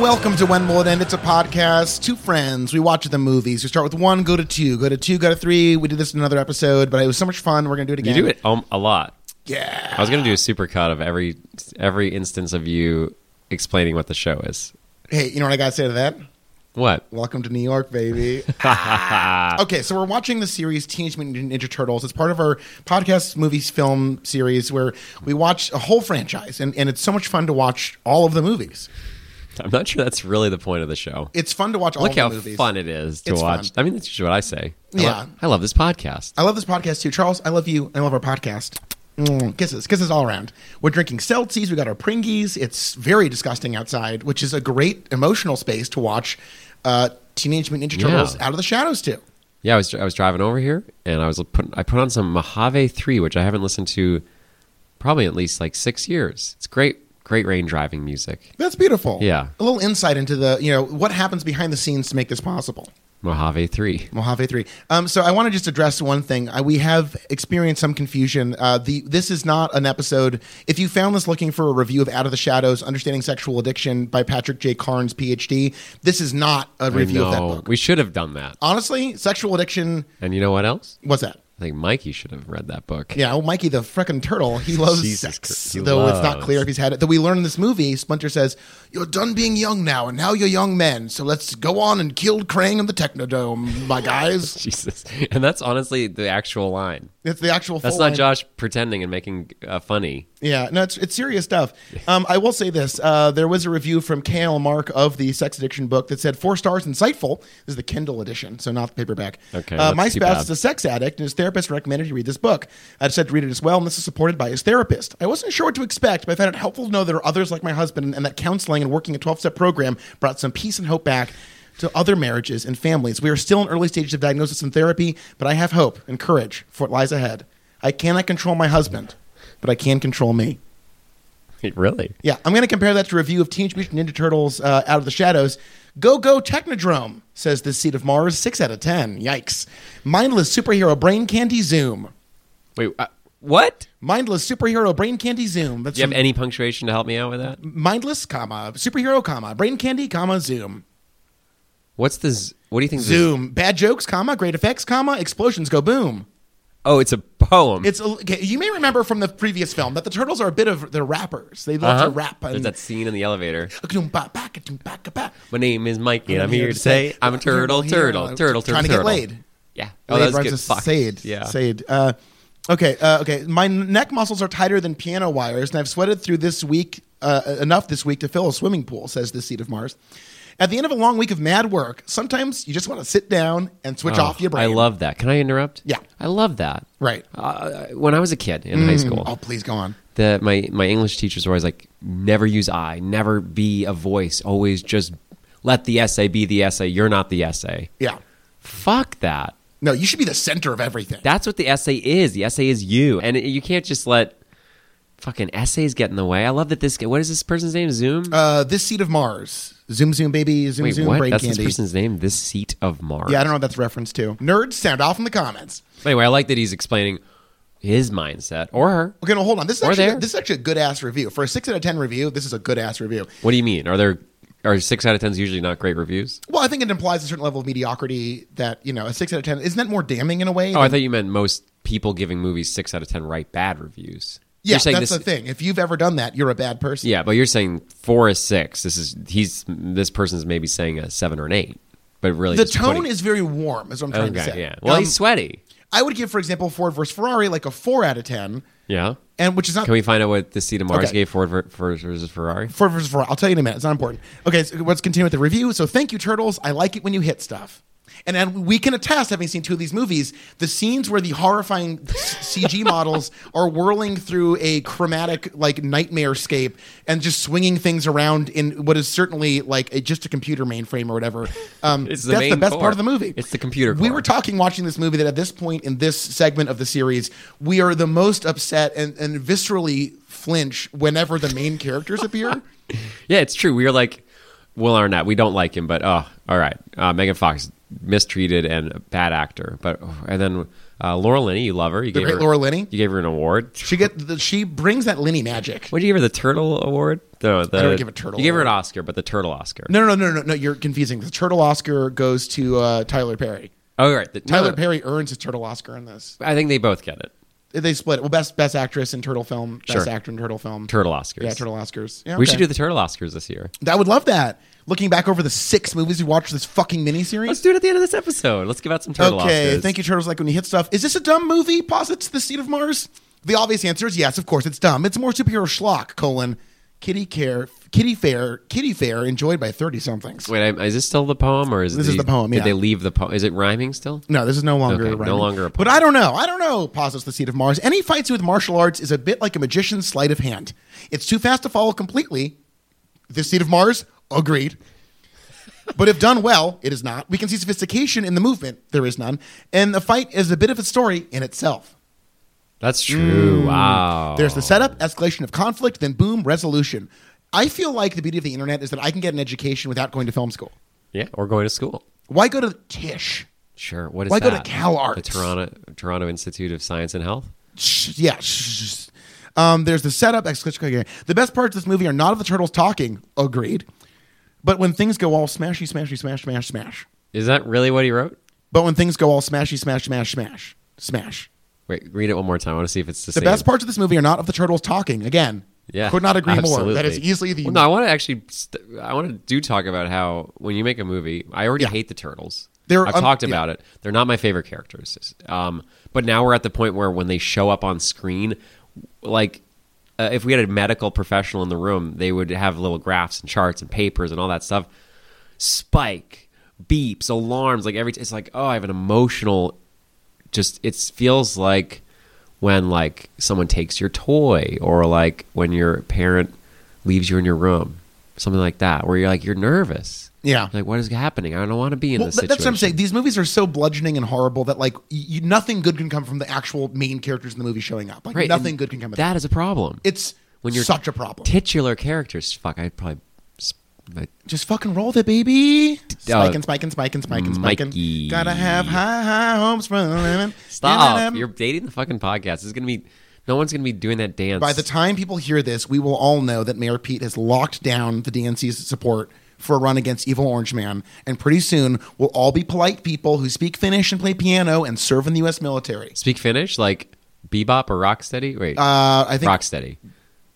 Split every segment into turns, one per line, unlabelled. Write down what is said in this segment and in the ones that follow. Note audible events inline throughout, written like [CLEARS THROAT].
welcome to When Will It End? It's a podcast. Two friends. We watch the movies. We start with one, go to two, go to two, go to three. We did this in another episode, but it was so much fun. We're gonna do it
You
again.
do it um, a lot.
Yeah.
I was gonna do a supercut of every every instance of you explaining what the show is.
Hey, you know what I gotta say to that?
What?
Welcome to New York,
[LAUGHS]
baby. okay, so we're watching the series Teenage Mutant Ninja Turtles. It's part of our podcast, movies, film series where we watch a whole franchise, and, and it's so much fun to watch all of the movies.
I'm not sure that's really the point of the show.
It's fun to watch all
Look
of the
how
movies.
fun it is to
It's
watch.
fun.
I mean, that's usually what I say. I
Yeah.
love, I love this podcast.
I love this podcast too, Charles. I love you. I love our podcast. Mm, kisses, kisses all around. We're drinking seltzies. We got our pringies. It's very disgusting outside, which is a great emotional space to watch uh, Teenage Mutant Ninja
Yeah.
Turtles out of the shadows too.
Yeah, I was I was driving over here and I was put I put on some Mojave Three, which I haven't listened to probably at least like six years. It's great, great rain driving music.
That's beautiful.
Yeah.
a little insight into the you know what happens behind the scenes to make this possible.
Mojave Three.
Mojave Three. Um, so I want to just address one thing. I, we have experienced some confusion. Uh, the this is not an episode. If you found this looking for a review of Out of the Shadows: Understanding Sexual Addiction by Patrick J. Carnes, PhD, this is not a review of that
No,
book.
we should have done that.
Honestly, sexual addiction.
And you know what else?
What's that?
I think Mikey should have read that book.
Yeah, well, Mikey the frickin' turtle, he loves
Jesus
sex.
Christ, he
though it's not
loves-
clear if he's had it. Though we learn in this movie, Splinter says, You're done being young now, and now you're young men, so let's go on and kill Krang in the Technodome, my guys.
[LAUGHS] Jesus. And that's honestly the actual line.
it's the actual
That's
full
not
line.
Josh pretending and making uh, funny.
Yeah, no, it's it's serious stuff. Um, I will say this: uh, there was a review from KL Mark of the sex addiction book that said four stars, insightful. This is the Kindle edition, so not the paperback.
Okay,
Uh,
that's
my
too
spouse
bad.
is a sex addict, and his therapist recommended he read this book. I decided to read it as well, and this is supported by his therapist. I wasn't sure what to expect, but I found it helpful to know there are others like my husband, and that counseling and working a twelve-step program brought some peace and hope back. To other marriages and families. We are still in early stages of diagnosis and therapy, but I have hope and courage for what lies ahead. I cannot control my husband, but I can control me.
really?
Yeah, I'm going to compare that to a review of Teenage Mutant Ninja Turtles uh, Out of the Shadows. Go, go, Technodrome, says this seed of Mars. Six out of ten. Yikes. Mindless superhero brain candy zoom.
Wait, uh, what?
Mindless superhero brain candy zoom. That's
Do you have
from-
any punctuation to help me out with that?
mindless, comma, superhero, comma, brain candy, comma, zoom.
What's this? What do you think? This,
Zoom. Bad jokes, comma, great effects, comma, explosions go boom.
oh, it's a poem.
It's a, okay, you may remember from the previous film that the turtles are a bit of the rappers. They love
Uh-huh.
to rap
There's
and
that scene in the elevator.
that.
My name is Mikey, and I'm here to say I'm a turtle, turtle, turtle, turtle,
Trying to get
turtle.
laid.
Yeah.
Oh,
that
laid
was
rhymes
good.
with
Fuck.
Said.
Yeah.
Said. Uh, okay. Uh, okay. My neck muscles are tighter than piano wires, and I've sweated through this week uh, enough this week to fill a swimming pool. Says the seat of Mars. At the end of a long week of mad work, sometimes you just want to sit down and switch
Oh,
off your brain.
I love that. Can I interrupt?
Yeah.
I love that.
Right.
Uh, when I was a kid in high school,
Oh, please go on.
the my my English teachers were always like, never use I, never be a voice, always just let the essay be the essay. You're not the essay.
Yeah.
Fuck that.
No, you should be the center of everything.
That's what the essay is. The essay is you, and it- you can't just let fucking essays get in the way. I love that this. guy- What is this person's name? Zoom.
uh, this seat of Mars. Zoom, zoom, baby. Zoom,
Wait,
zoom.
what?
Brain
That's
candy.
this person's name. This seat of Mars.
yeah, I don't know what that's referenced to. Nerds, sound off in the comments.
Anyway, I like that he's explaining his mindset or her.
Okay, no, hold on. This is
Or
actually
there.
this is actually a good ass review for a six out of ten review. This is a good ass review.
What do you mean? Are there are six out of tens usually not great reviews?
Well, I think it implies a certain level of mediocrity that you know a six out of ten isn't that more damning in a way?
Oh, I
than-
thought you meant most people giving movies six out of ten write bad reviews.
yeah,
You're saying
that's
this,
the thing. If you've ever done that, you're a bad person.
Yeah, but you're saying four is six. This is he's this person's maybe saying a seven or an eight, but really
The
just
tone
putting-
is very warm, is what I'm trying to
okay.
say.
Yeah, well,
Um,
he's sweaty.
I would give, for example, Ford versus Ferrari like a four out of ten,
Yeah.
and which is not
Can we find out what the seat of Mars
Okay.
gave Ford ver- for- versus Ferrari?
Ford versus Ferrari. I'll tell you in a minute. It's not important. Okay, so let's continue with the review. So thank you, Turtles. I like it when you hit stuff. And, and we can attest, having seen two of these movies, the scenes where the horrifying [LAUGHS] s- CG models are whirling through a chromatic like nightmare scape and just swinging things around in what is certainly like a, just a computer mainframe or whatever. Um,
It's the
that's the
main
best
core.
part of the movie.
It's the computer
We
core.
were talking watching this movie that at this point in this segment of the series, we are the most upset and, and viscerally flinch whenever the main characters
[LAUGHS]
appear.
Yeah, it's true. We were like Will Arnett. We don't like him, but oh, all right. Uh, Megan Fox mistreated and a bad actor, but oh, and then Uh, Laura Linney, you love her. You
The
gave
great
her,
Laura Linney.
You gave her an award.
She get the, she brings that Linny magic.
What did you give her? The Turtle Award? No, the,
I don't give a turtle
You gave her an
award.
Oscar, but the Turtle Oscar.
No, no, no, no, no, no. You're confusing. The turtle Oscar goes to uh, Tyler Perry.
Oh, right. The,
Tyler
no,
Perry earns his turtle Oscar in this.
I think they both get it.
They split it. Well, best best actress in turtle film, best
Sure.
actor in turtle film,
Turtle Oscars.
yeah, turtle Oscars. Yeah,
We
okay.
should do the Turtle Oscars this year.
I would love that. Looking back over the six movies we watched for this fucking
Let's
miniseries.
do it at the end of this episode. Let's give out some Turtle Oscars.
Okay, thank you, Turtles. Like when you hit stuff. Is this a dumb movie? Posits the seed of Mars. The obvious answer is yes. Of course, it's dumb. It's more superhero schlock. Colon, kitty care, kitty fair, kitty fair, enjoyed by thirty somethings.
Wait, I- is this still the poem, or is
This is the poem, yeah.
Did they leave the poem? Is it rhyming still?
No, this is no longer
Okay,
a
no
rhyming.
longer a
But I don't know. I don't know. Posits the seed of Mars. Any fights with martial arts is a bit like a magician's sleight of hand. It's too fast to follow completely. The seed of Mars, agreed. But if done well, it is not. We can see sophistication in the movement. There is none, and the fight is a bit of a story in itself.
That's true.
Mm.
Ah, Wow.
There's the setup, escalation of conflict, then boom, resolution. I feel like the beauty of the internet is that I can get an education without going to film school.
Yeah, or going to school.
Why go to Tish?
Sure. What is
Why go to
that?
CalArts?
The Toronto Toronto Institute of Science and Health.
Shh, yeah. shh. Um, there's the setup. exclamation- okay. The best parts of this movie are not of the turtles talking. Agreed. But when things go all smashy, smashy, smash, smash, smash.
Is that really what he wrote?
But when things go all smashy, smash, smash, smash, smash.
Wait, read it one more time. I want to see if it's the,
The
same.
best parts of this movie are not of the turtles talking. Again,
Yeah,
could not agree more.
absolutely.
That is easily the
Well, no, I want to actually. St- I want to do talk about how when you make a movie, I already
Yeah.
hate the turtles.
They're
I've
un-
talked
yeah.
about it. They're not my favorite characters. Um, but now we're at the point where when they show up on screen, like uh, if we had a medical professional in the room, they would have little graphs and charts and papers and all that stuff. Spike, beeps, alarms, like every. T- it's like oh, I have an emotional just it feels like when like someone takes your toy or like when your parent leaves you in your room something like that where you're like you're nervous
Yeah.
like what is happening i don't want to be in
Well,
this
th-
situation
that's what I'm saying. These movies are so bludgeoning and horrible that like y- you, nothing good can come from the actual main characters in the movie showing up. Like
Right,
nothing
and
good can come. of
that is a problem
It's
when you're
such a problem.
titular characters fuck i probably s- I-
Just fucking roll the baby. Spike and spike and spike and spike and spike
uh, Mikey.
and gotta have high high hopes for living.
stop
Da-da-dum.
you're dating the fucking podcast this is gonna be no one's gonna be doing that dance
By the time people hear this, we will all know that Mayor Pete has locked down the DNC's support for a run against Evil Orange Man, and pretty soon we'll all be polite people who speak Finnish and play piano and serve in the U.S. military.
speak finnish like bebop or rocksteady wait
Uh, I think
rocksteady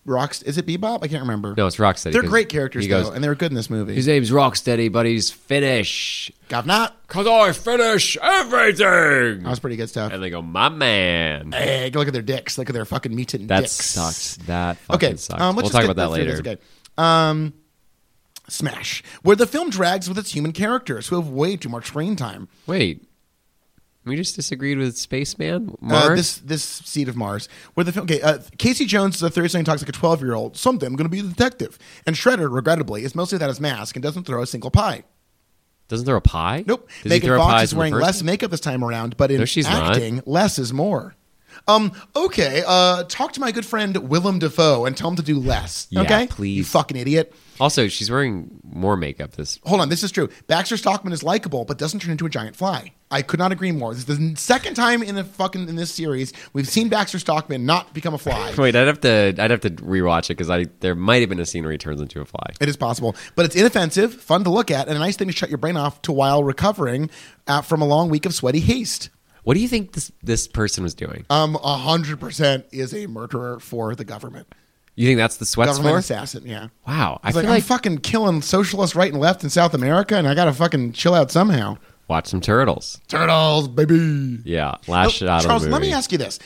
Rocks is it Bebop? I can't remember.
no it's rocksteady
They're
'cause
great characters
he goes,
though, and they're good in this movie.
His name's Rocksteady, but he's Finnish.
Gavnot.
Cause I finish everything.
That was pretty good stuff.
And they go, my man.
Hey, look at their dicks. Look at their fucking meat and
That
uh, dicks.
sucks. That fucking
Okay,
sucks.
um,
we'll
let's
talk
just
about that
get through this,
later.
Okay. Um, Smash, where the film drags with its human characters who have way too much screen time.
Wait, we just disagreed with Spaceman Mars.
Uh, this this seed of Mars, where the film. Okay, uh, Casey Jones is a thirty-seven talks like a twelve-year-old. Someday I'm going to be a detective. And Shredder, regrettably, is mostly without his mask and doesn't throw a single pie.
Doesn't throw a pie?
Nope.
Does he
Megan
throw
Fox
pies
is
in the
wearing
first
less
one?
makeup this time around, but in
No, she's not.
acting, less is more. Um, okay, uh, talk to my good friend Willem Dafoe and tell him to do less.
Yeah,
okay? You
please.
fucking idiot.
Also, she's wearing more makeup. This
Hold on, this is true. Baxter Stockman is likable, but doesn't turn into a giant fly. I could not agree more. This is the second time in the fucking in this series we've seen Baxter Stockman not become a
[LAUGHS]
fly.
[LAUGHS] wait, I'd have to I'd have to rewatch it because I there might have been a scene where he turns into a fly.
It is possible, but it's inoffensive, fun to look at, and a nice thing to shut your brain off to while recovering uh, from a long week of sweaty haste.
What do you think this this person was doing?
Um, hundred percent is a murderer for the government,
You think that's the sweats
government
for?
assassin. Yeah,
Wow, I
It's
feel
like,
like,
I'm fucking killing socialists right and left in South America, and I gotta fucking chill out somehow.
watch some turtles.
Turtles, baby.
Yeah, lash it out
Charles,
of the
let
movie.
me ask you this.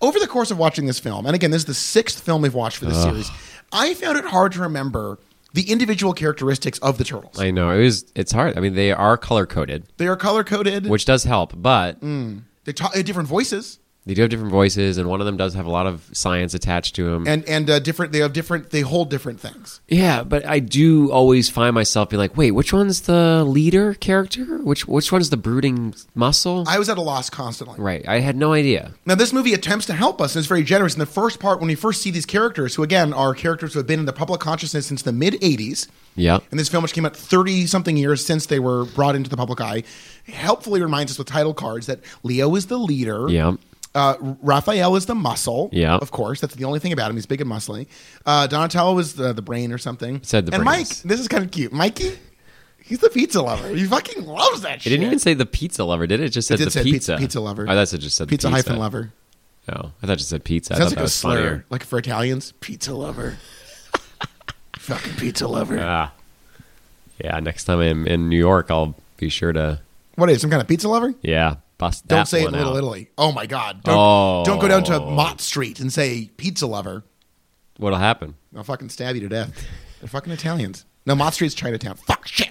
Over the course of watching this film, and again, this is the sixth film we've watched for this series, I found it hard to remember the individual characteristics of the turtles.
I know it was. It's hard. I mean, they are color coded,
they are color coded,
which does help, but
Mm. they talk they have uh, different voices.
They do have different voices, and one of them does have a lot of science attached to him.
and and uh, different. They have different. They hold different things.
yeah, but I do always find myself being like, "Wait, which one's the leader character? Which which one's the brooding muscle?"
I was at a loss constantly.
right. I had no idea.
Now, this movie attempts to help us and is very generous. In the first part, when we first see these characters, who again are characters who have been in the public consciousness since the mid 80s,
Yeah.
and this film, which came out 30 something years since they were brought into the public eye, helpfully reminds us with title cards that Leo is the leader.
Yeah.
Uh, Raphael is the muscle.
Yeah.
Of course. That's the only thing about him. He's big and muscly. Uh, Donatello is the, the brain or something.
Said the
And
brains.
Mike, this is kind of cute. Mikey, he's the pizza lover. He fucking loves that
It
shit.
didn't even say the pizza lover, did it? It just said
did
the
say pizza-
pizza.
pizza lover.
Oh, that's it. Just said the
pizza,
pizza
hyphen lover.
Oh, I thought you said pizza. I
Sounds
thought
like
that
a
was
slur.
funnier.
Like for Italians, pizza
[LAUGHS]
lover. Fucking pizza lover.
Ah. Yeah. Next time I'm in New York, I'll be sure to
what is it, some kind of pizza lover?
yeah bust that
Don't say it in
one
Little
out.
Italy. Oh my God! Don't
Oh.
don't go down to Mott Street and say pizza lover.
What'll happen?
I'll fucking stab you to death. They're fucking Italians. No, Mott Street's Chinatown. Fuck shit.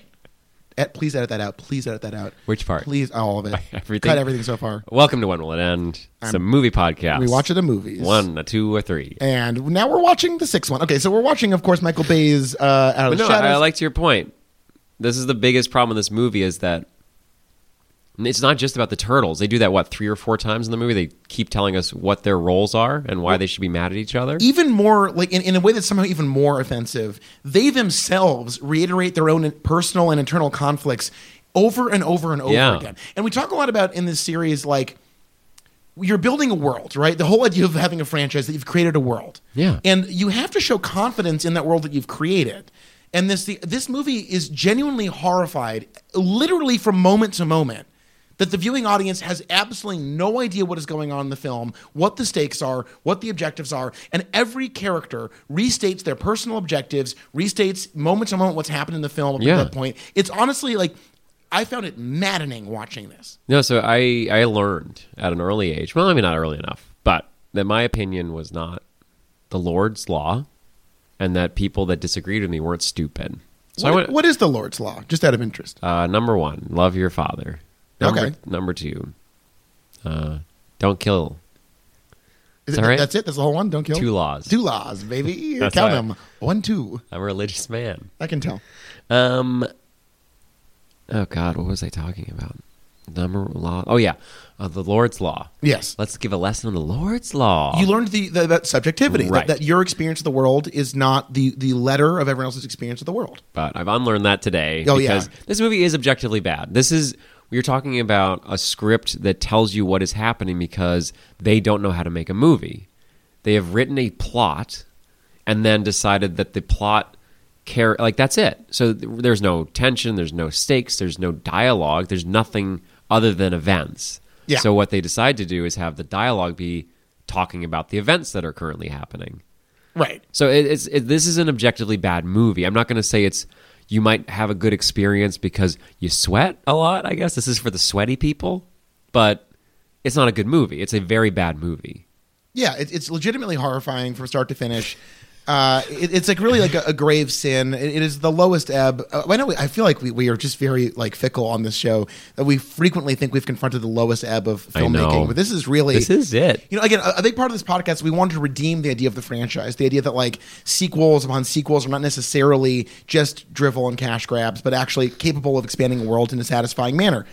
Ed, please edit that out. Please edit that out.
Which part?
Please, all of it.
[LAUGHS] Everything?
Cut everything so far.
Welcome to When Will It End? It's a movie podcast.
We watch it in movies.
One, a two, or three.
And now we're watching the sixth one. Okay, so we're watching, of course, Michael Bay's uh, Out of
But
the
no,
Shadows.
I liked your point. This is the biggest problem in this movie is that it's not just about the turtles. They do that what three or four times in the movie. They keep telling us what their roles are and why they should be mad at each other.
even more like in, in a way that's somehow even more offensive they themselves reiterate their own personal and internal conflicts over and over and over
Yeah.
again and we talk a lot about in this series like you're building a world right the whole idea of having a franchise that you've created a world
Yeah.
and you have to show confidence in that world that you've created and this the, this movie is genuinely horrified literally from moment to moment that the viewing audience has absolutely no idea what is going on in the film, what the stakes are, what the objectives are, and every character restates their personal objectives, restates moment to moment what's happened in the film up to
Yeah.
that point. It's honestly like I found it maddening watching this.
No, so I I learned at an early age. Well, I mean not early enough, but that my opinion was not the Lord's law, and that people that disagreed with me weren't stupid. So I
What-
went
what is the Lord's law? Just out of interest.
Uh, number one, love your father. Number,
Okay.
Number two, uh, don't kill.
Is
It's all right.
That's it. That's the whole one. Don't kill.
Two laws.
Two laws,
[LAUGHS]
baby. Count
That's all
them.
right.
One, two.
I'm a religious man.
I can tell.
Um. Oh God, what was I talking about? Number law. Oh yeah, uh, the Lord's law.
Yes.
Let's give a lesson on the Lord's law.
you learned the, the that subjectivity
Right.
that, that your experience of the world is not the the letter of everyone else's experience of the world.
but I've unlearned that today.
Oh,
because
yeah.
This movie is objectively bad. This is we are talking about a script that tells you what is happening because they don't know how to make a movie. They have written a plot and then decided that the plot care like that's it. So th- there's no tension, there's no stakes, there's no dialogue, there's nothing other than events.
Yeah.
So what they decide to do is have the dialogue be talking about the events that are currently happening.
Right.
So it, it's it, this is an objectively bad movie. I'm not going to say it's you might have a good experience because you sweat a lot. I guess this is for the sweaty people, but it's not a good movie. It's a very bad movie.
Yeah, it, it's legitimately horrifying from start to finish. Uh, it, it's like really like a, a grave sin. It- it is the lowest ebb. Uh, I know. We, I feel like we, we are just very like fickle on this show that we frequently think we've confronted the lowest ebb of
I know.
filmmaking, but this is really
This is it.
You know, again, a, a big part of this podcast, we wanted to redeem the idea of the franchise, the idea that like sequels upon sequels are not necessarily just drivel and cash grabs, but actually capable of expanding a world in a satisfying manner.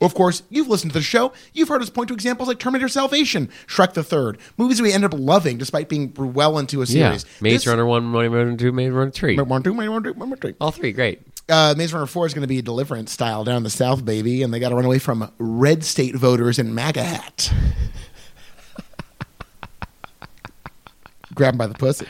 Of course, you've listened to the show. You've heard us point to examples like Terminator Salvation, Shrek the Third, movies we ended up loving despite being well into a
Yeah,
series.
Maze
This-
Runner one, Maze Runner two, Maze Runner three,
One, two, one, two, one, two.
all three great.
Uh, Maze Runner 4 is going to be Deliverance style down in the South, baby, and they got to run away from red state voters in MAGA hat. Grab 'em by the pussy.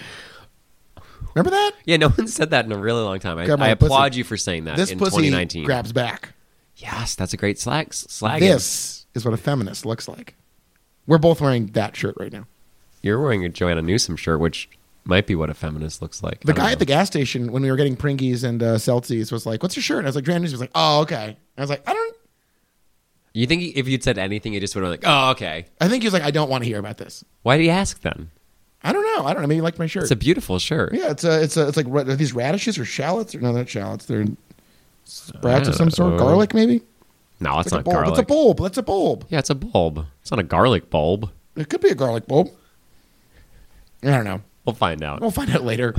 Remember that?
Yeah, no [LAUGHS] one said that in a really long time. I,
Grab my
I applaud
pussy.
you for saying that
This
in
pussy
2019.
grabs back.
yes, that's a great slag. slag
This is what a feminist looks like. We're both wearing that shirt right now.
You're wearing a Joanna Newsom shirt, which might be what a feminist looks like.
The
I don't
guy
know.
at the gas station when we were getting Pringies and uh, Celsius was like, "What's your shirt?" And I was like, "Grand News." He was like, "Oh, okay." And I was like, "I don't."
you think he- if you'd said anything, he just would have been like, oh okay.
I think he was like, "I don't want to hear about this."
Why do you ask then?
I don't know. I don't know. Maybe he liked my shirt.
It's a beautiful shirt.
Yeah, it's a, it's a, it's like ra- are these radishes or shallots or no, not shallots. They're sprouts of some sort.
Uh,
Garlic maybe.
No, that's
Like a
not
bulb.
garlic.
It's a bulb. That's a bulb.
Yeah, it's a bulb. It's not a garlic bulb.
It could be a garlic bulb. I don't know.
We'll find out.
We'll find out later.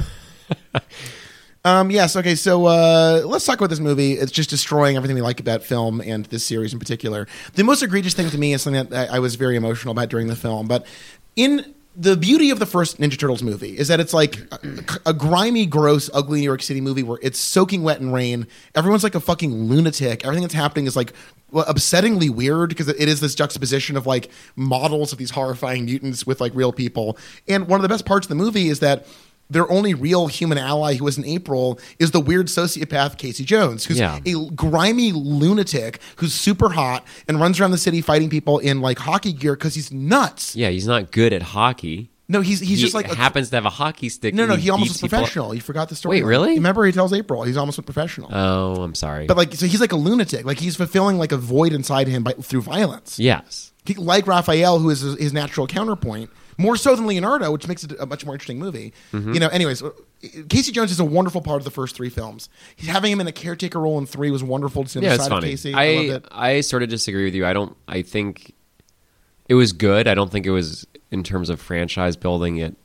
um, yes. Okay. So uh, let's talk about this movie. It's just destroying everything we like about film and this series in particular. The most egregious thing to me is something that I, I was very emotional about during the film. But in the beauty of the first Ninja Turtles movie is that it's like a, a grimy, gross, ugly New York City movie where it's soaking wet in rain. Everyone's like a fucking lunatic. Everything that's happening is like well, upsettingly weird because it is this juxtaposition of like models of these horrifying mutants with like real people. And one of the best parts of the movie is that their only real human ally who is in April is the weird sociopath Casey Jones, who's
Yeah.
a grimy lunatic who's super hot and runs around the city fighting people in like hockey gear because he's nuts.
Yeah, he's not good at hockey.
No, he's he's
he
just like a-
happens to have a hockey stick.
no,
and
no, he almost was
beats people up.
professional. You forgot the story.
Wait, really?
Remember, he tells April he's almost a professional.
Oh, I'm sorry.
but like, so he's like a lunatic. Like he's fulfilling like a void inside him by, through violence.
yes,
He- like Raphael, who is his, his natural counterpoint, more so than Leonardo, which makes it a much more interesting movie.
Mm-hmm.
You know, anyways, uh, Casey Jones is a wonderful part of the first three films. Having him in a caretaker role in three was wonderful to see on
yeah,
the
it's
side
funny.
of Casey.
I
loved it.
I sort of disagree with you. I don't. I think it was good. I don't think it was in terms of franchise building. It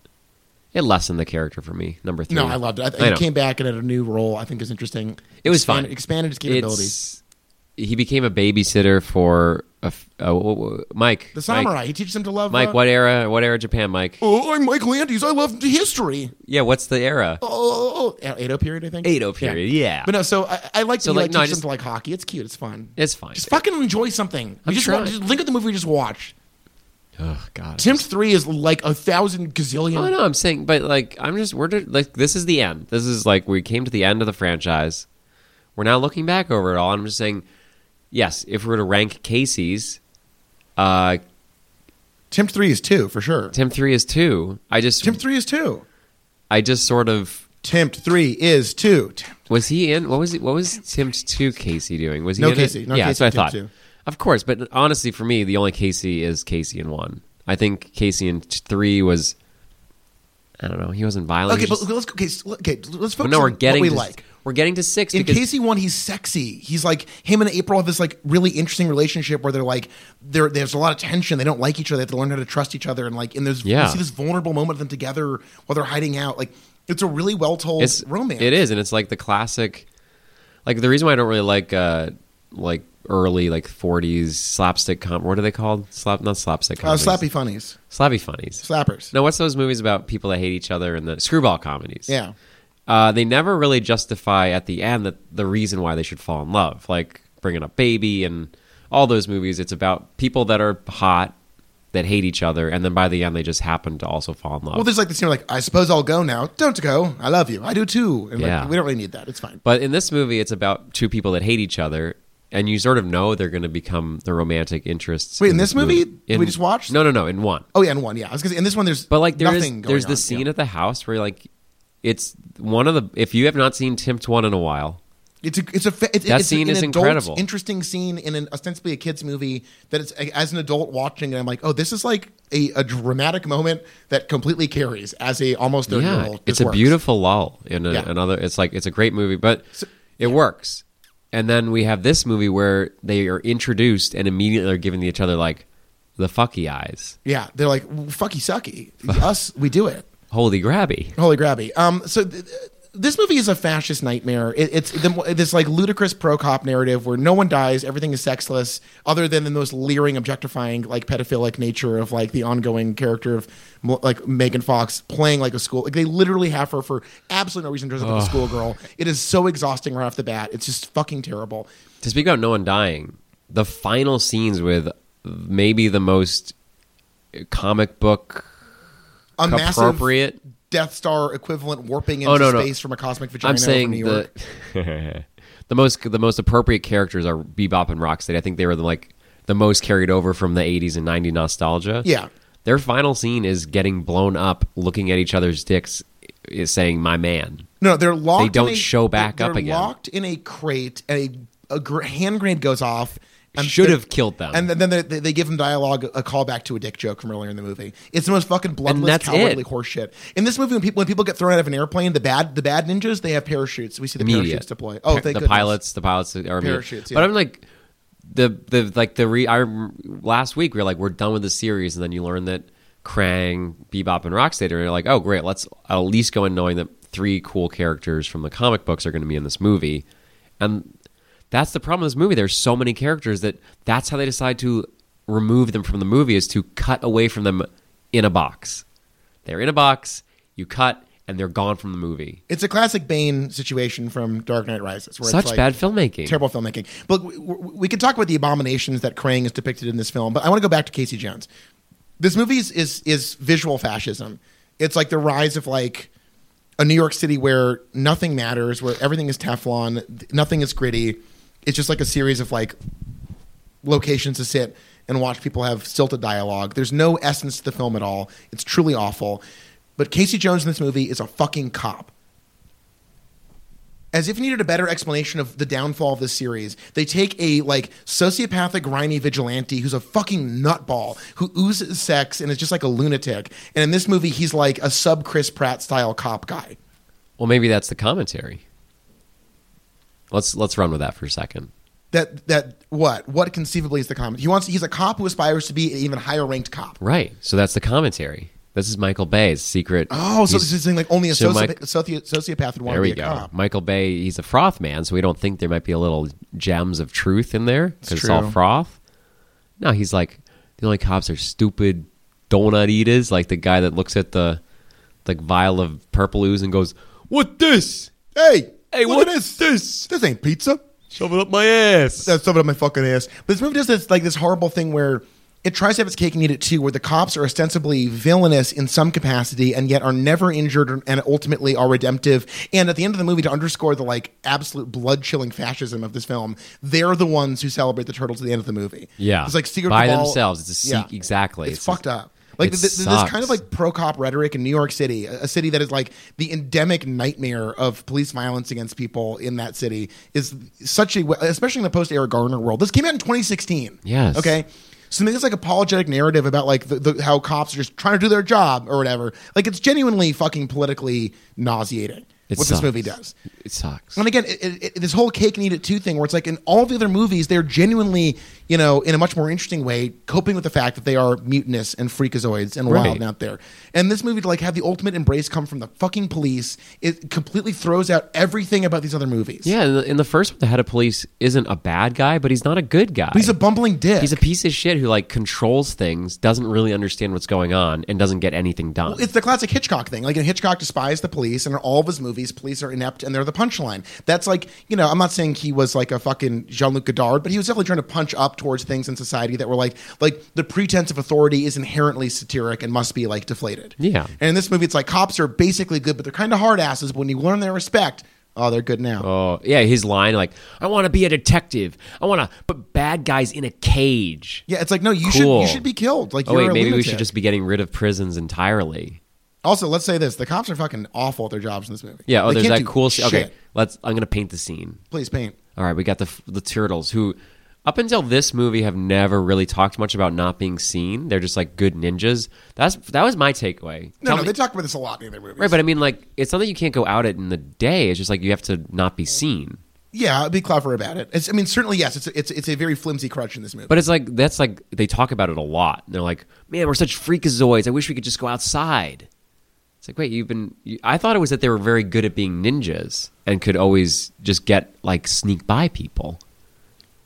it lessened the character for me. Number three.
No, I loved it. I,
I
he
know.
came back and had a new role. I think is interesting.
It was
Expand-
fun.
Expanded his capabilities.
It's- he became a babysitter for a, f- a- w- w- Mike.
the samurai.
Mike,
He teaches him to love.
Mike,
uh,
what era? What era Japan, Mike?
Oh, I'm Mike Landis. I love history.
Yeah, what's the era?
Oh, Oh, oh, oh. Edo period. I think
Eido period, yeah.
But no, so I, I like
So,
to like,
like, no, I
teach
just-
them to like hockey. It's cute. It's fun.
It's fine.
Just fucking enjoy something. We
I'm
just, wa-
trying.
just think of the movie we just watched.
oh God.
Tempt three is like a thousand
Oh
gazillion.
no, I'm saying, but like, I'm just we're just, like, this is the end. This is like we came to the end of the franchise. We're now looking back over it all. I'm just saying, yes, if we were to rank Casey's, uh,
Tempt three is two for sure.
Tim three is two. I just,
Tempt three is two.
I just sort of
Tempt three is two. Tempt-
was he in? What was he, what was Tim two Casey doing? Was he
No
in it?
Casey, no
yeah,
Casey,
that's
Tim
what I thought.
two.
Of course, but honestly, for me, the only Casey is Casey in one. I think Casey in t- three was, I don't know, he wasn't violent.
Okay,
He was
but
just-
let's okay. so- Okay, let's
but
focus
no, we're
on
getting
what we
to,
like.
We're getting to six
In
because
Casey one, he's sexy. He's like him and April have this like really interesting relationship where they're like there. There's a lot of tension. They don't like each other. They have to learn how to trust each other. And like in those,
Yeah.
you see this vulnerable moment of them together while they're hiding out. Like it's a really well told
it's
romance.
It is, and it's like the classic. Like the reason why I don't really like uh like early like forties slapstick com. What are they called? Slap not slapstick.
Uh,
Comedies.
slappy funnies,
slappy funnies.
slappers.
no, what's those movies about people that hate each other and the screwball comedies?
Yeah.
Uh, they never really justify at the end that the reason why they should fall in love, like bringing up baby and all those movies. It's about people that are hot that hate each other, and then by the end they just happen to also fall in love.
Well, there's like this scene where, like I suppose I'll go now. Don't go. I love you. I do too. And
Yeah.
like, we don't really need that. It's fine.
But in this movie, it's about two people that hate each other, and you sort of know they're going to become the romantic interests.
Wait, in this movie? We just watched?
No, no, no, in one.
Oh yeah, and one. Yeah, I was gonna say in this one there's
But like, there is
nothing going
there's
on.
the scene
Yeah.
at the house where like, it's one of the if you have not seen Tempt One in a while,
It's a it's a fa- it's,
That
it's
scene
an
is
adult,
incredible.
Interesting scene in an ostensibly a kids movie that it's as an adult watching and I'm like, oh, this is like a, a dramatic moment that completely carries as a almost thirty year
yeah,
old.
it's a beautiful lull in a,
Yeah.
another. It's like it's a great movie, but it works. And then we have this movie where they are introduced and immediately are giving each other like the fucky eyes,
Yeah, they're like fucky
[LAUGHS]
sucky. Us, we do it.
holy grabby.
Holy grabby. Um, so th- th- this movie is a fascist nightmare. It, it's the, mo- this like ludicrous pro cop narrative where no one dies, everything is sexless, other than the most leering, objectifying, like pedophilic nature of like the ongoing character of mo- like Megan Fox playing like a school. Like they literally have her for absolutely no reason dressed up as a schoolgirl. It is so exhausting right off the bat. It's just fucking terrible.
to speak about no one dying, the final scenes with maybe the most comic book
A massive
appropriate.
Death Star equivalent warping into
Oh, no, no.
space from a cosmic vagina
I'm saying
over New
the
York.
[LAUGHS] the most the most appropriate characters are Bebop and Rocksteady. I think they were the, like the most carried over from the 80s and 90s nostalgia.
Yeah.
their final scene is getting blown up, looking at each other's dicks, is saying "my man."
No, they're locked.
don't
in a,
show back
they're
up again.
Locked in a crate, and a, a gr- hand grenade goes off. and
Should
they're-
have killed them.
And then then they, they give him dialogue, a callback to a dick joke from earlier in the movie. It's the most fucking bloodless,
that's
cowardly
it.
horseshit. In this movie, when people when people get thrown out of an airplane, the bad the bad ninjas they have parachutes. We see the
Immediate.
parachutes deploy. Oh,
Pa-
thank
the
goodness.
pilots, the pilots are immediate.
Parachutes, yeah.
But I'm like, the the like the re, I rem- last week we were like we're done with the series, and then you learn that Krang, Bebop, and Rocksteady are like, oh great, let's at least go in knowing that three cool characters from the comic books are going to be in this movie, and that's the problem with this movie. There's so many characters that that's how they decide to remove them from the movie is to cut away from them in a box. They're in a box, you cut, and they're gone from the movie.
It's a classic Bane situation from Dark Knight Rises. Where
Such
it's like
bad filmmaking.
Terrible filmmaking. But we, we, we can talk about the abominations that Krang is depicted in this film. But I want to go back to Casey Jones. This movie is, is is visual fascism. It's like the rise of like a New York City where nothing matters, where everything is Teflon, th- nothing is gritty. It's just like a series of like locations to sit and watch people have stilted dialogue. There's no essence to the film at all. It's truly awful. But Casey Jones in this movie is a fucking cop. As if you needed a better explanation of the downfall of this series, they take a like sociopathic grimy vigilante who's a fucking nutball who oozes sex and is just like a lunatic. And in this movie, he's like a sub Chris Pratt style cop guy.
Well, maybe that's the commentary. Let's let's run with that for a second.
That that what what conceivably is the comment? He wants he's a cop who aspires to be an even higher ranked cop.
Right. So that's the commentary. This is Michael Bay's secret.
Oh, so
he's-
this is something like only a
so
soci-
Mike-
soci- sociopath would want to
there
be
we
a
go.
cop.
Michael Bay. He's a froth man, so we don't think there might be a little gems of truth in there because it's, all
true.
froth. No, he's like the only cops are stupid donut eaters, like the guy that looks at the like vial of purple ooze and goes, "What this?
Hey,
Hey,
look at
what
this?
is this?
This ain't pizza.
Shove it up my ass."
That's something uh, up my fucking ass. But this movie does this like this horrible thing where it tries to have its cake and eat it too, where the cops are ostensibly villainous in some capacity and yet are never injured and ultimately are redemptive. And at the end of the movie, to underscore the like absolute blood chilling fascism of this film, they're the ones who celebrate the turtles at the end of the movie.
Yeah.
it's like secret
By
Cabal-
themselves. It's a se- exactly.
It's,
It's
fucked up. Like
it
th- th- this
sucks.
kind of like pro cop rhetoric in New York City, a a city that is like the endemic nightmare of police violence against people in that city, is such a, especially in the post Eric Garner world. This came out in 2016.
Yes.
Okay. So there's like apologetic narrative about like the, the, how cops are just trying to do their job or whatever. Like it's genuinely fucking politically nauseating.
It
what
sucks.
this movie does.
It sucks.
And again, it, it, it- this whole cake and eat it too thing, where it's like in all the other movies, they're genuinely, you know, in a much more interesting way, coping with the fact that they are mutinous and freakazoids and wild
Right.
and out there. And this movie to like have the ultimate embrace come from the fucking police, it completely throws out everything about these other movies.
Yeah, in the, in the first one, the head of police isn't a bad guy, but he's not a good guy.
he's a bumbling dick.
he's a piece of shit who like controls things, doesn't really understand what's going on, and doesn't get anything done.
it's the classic Hitchcock thing. Like in Hitchcock despised the police, and in all of his movies, police are inept and they're the punchline. That's like you know, I'm not saying he was like a fucking Jean Luc Godard, but he was definitely trying to punch up towards things in society that were like like the pretense of authority is inherently satiric and must be like deflated.
Yeah.
And in this movie, it's like cops are basically good, but they're kind of hard asses. But when you learn their respect, oh, they're good now.
oh yeah, his line like, "I want to be a detective. I want to put bad guys in a cage."
Yeah, it's like no, you
Cool.
should you should be killed. Like
Oh
you're
wait,
a
maybe we
lunatic.
should just be getting rid of prisons entirely.
Also, let's say this: the cops are fucking awful at their jobs in this movie.
Yeah. Oh,
They
there's
can't
that
do
cool. se- Okay,
shit.
let's. I'm gonna paint the scene.
please paint.
All right, we got the the turtles who up until this movie have never really talked much about not being seen. They're just like good ninjas. That's that was my takeaway.
No, no,
Tell me-
they talk about this a lot in other movies.
right, but I mean like it's not that you can't go out at in the day. It's just like you have to not be seen.
Yeah, be clever about it. It's, I mean, certainly yes. It's it's it's a very flimsy crutch in this movie.
But it's like that's like they talk about it a lot. They're like, "Man, we're such freakazoids. I wish we could just go outside." It's like, "Wait, you've been you, I thought it was that they were very good at being ninjas and could always just get like sneak by people."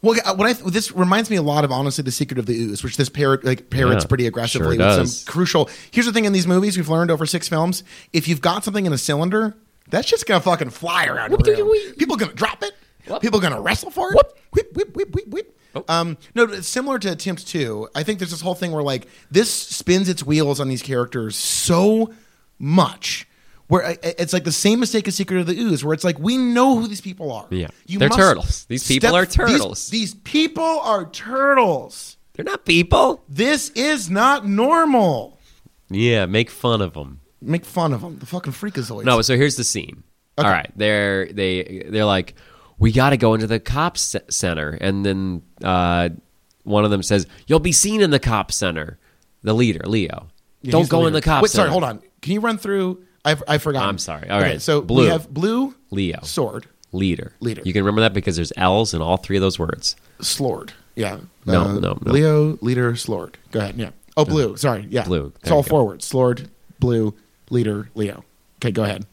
well, uh, what I th- this reminds me a lot of honestly the secret of the ooze, which this parrot like parrots
Yeah,
pretty aggressively
sure
with
does.
some crucial. Here's the thing: in these movies, we've learned over six films, if you've got something in a cylinder, that's just gonna fucking fly around.
Whoop,
your
doo,
room.
wee.
People gonna drop it.
Whoop.
People gonna wrestle for it.
Whoop. Oh.
Whip whip whip whip whip. Um, no, it's similar to Attempt Two. I think there's this whole thing where like this spins its wheels on these characters so much. Where I- it's like the same mistake as Secret of the Ooze, where it's like we know who these people are.
Yeah. They're turtles. These people are
these-
turtles.
These, people are turtles.
They're not people.
This is not normal.
Yeah, make fun of them.
Make fun of them. The fucking freakazoids.
No, so here's the scene. All right, they're they they're like, we got to go into the cops c- center, and then uh, one of them says, "You'll be seen in the cops center." The leader, Leo,
Yeah,
don't
he's
go in
leader.
the cops.
Wait, sorry,
center."
hold on. Can you run through? I've I forgot.
I'm sorry. All right,
So
blue.
we have blue
Leo,
sword
leader,
Leader.
You can remember that because there's L's in all three of those words.
slord. Yeah. Uh,
No, no, no.
Leo, leader, Slord. Go ahead. Yeah. Oh, blue. Sorry. Yeah.
Blue.
It's
There
all
you go.
forward. Slord, blue, leader, Leo. Okay, go ahead.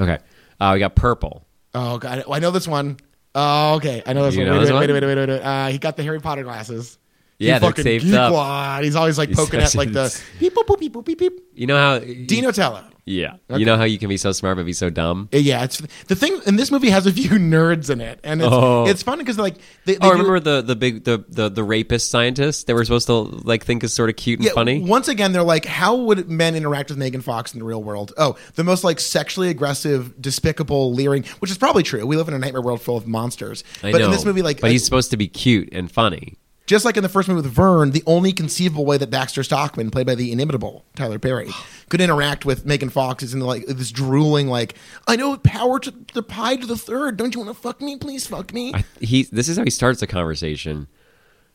Okay. Uh, we got purple.
Oh god, I know this one. Oh, okay, I know this
You
one.
know
wait,
this
wait, wait,
one?
wait, wait, wait, wait. Uh, he got the Harry Potter glasses. He
Yeah, they're
fucking
taped
geek
up.
wad. He's always like
He's
poking at like the
such
[LAUGHS]
a-
beep boop boop beep boop beep beep.
You know how
Dino Tello.
Yeah.
Okay.
You know how you can be so smart but be so dumb.
Uh, Yeah, it's the thing. And this movie has a few [LAUGHS] nerds in it, and it's,
Oh.
it's fun because like they, they
Oh,
do-
remember the the big the the, the rapist scientist that we're supposed to like think is sort of cute and
Yeah,
funny.
Once again, they're like, how would men interact with Megan Fox in the real world? Oh, the most like sexually aggressive, despicable, leering, which is probably true. We live in a nightmare world full of monsters.
I
but
know.
in this movie, like,
but
uh,
he's supposed to be cute and funny.
just like in the first movie with Vern, the only conceivable way that Baxter Stockman, played by the inimitable Tyler
[GASPS]
Perry, could interact with Megan Fox is in like this drooling, like, I know power to the pie to the third. Don't you want to fuck me? Please fuck me.
I, he this is how he starts the conversation.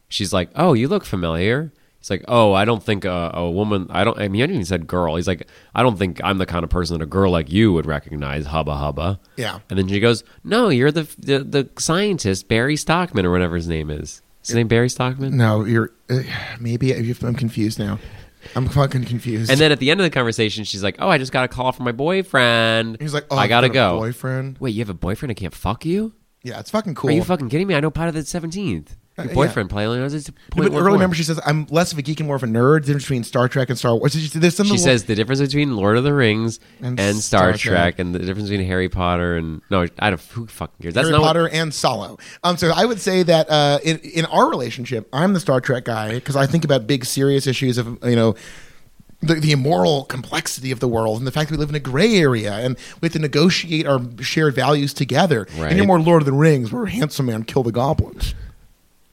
She's like, "Oh, you look familiar." He's like, "Oh, I don't think a, a woman. I don't. I mean, I didn't even said girl." He's like, "I don't think I'm the kind of person that a girl like you would recognize." Hubba hubba.
Yeah.
And then she goes, "No, you're the the, the scientist Barry Stockman or whatever his name is. Is his name Barry Stockman?"
no, you're uh, maybe if I'm confused now. I'm fucking confused.
And then at the end of the conversation, she's like, "Oh, I just got a call from my boyfriend."
he's like, "Oh,
I
you've
gotta
got a
go."
boyfriend?
Wait, you have a boyfriend? I can't fuck you.
yeah, it's fucking cool. Uh,
Are you fucking kidding me? I know part of the seventeenth. Your
yeah.
boyfriend yeah. playing.
No, but early remember she says I'm less of a geek and more of a nerd. The difference between Star Trek and Star Wars. There's some
She says the difference between Lord of the Rings
And
and,
Star
Star,
Trek.
Trek, and the difference between Harry Potter and no, I don't who fucking cares. That's
Harry
not what-
Potter and Solo. Um, so I would say that uh, in in our relationship, I'm the Star Trek guy because I think about big, serious issues of you know. The, the immoral complexity of the world and the fact that we live in a gray area and we have to negotiate our shared values together. And you're
Right.
more Lord of the Rings, where handsome man kill the goblins.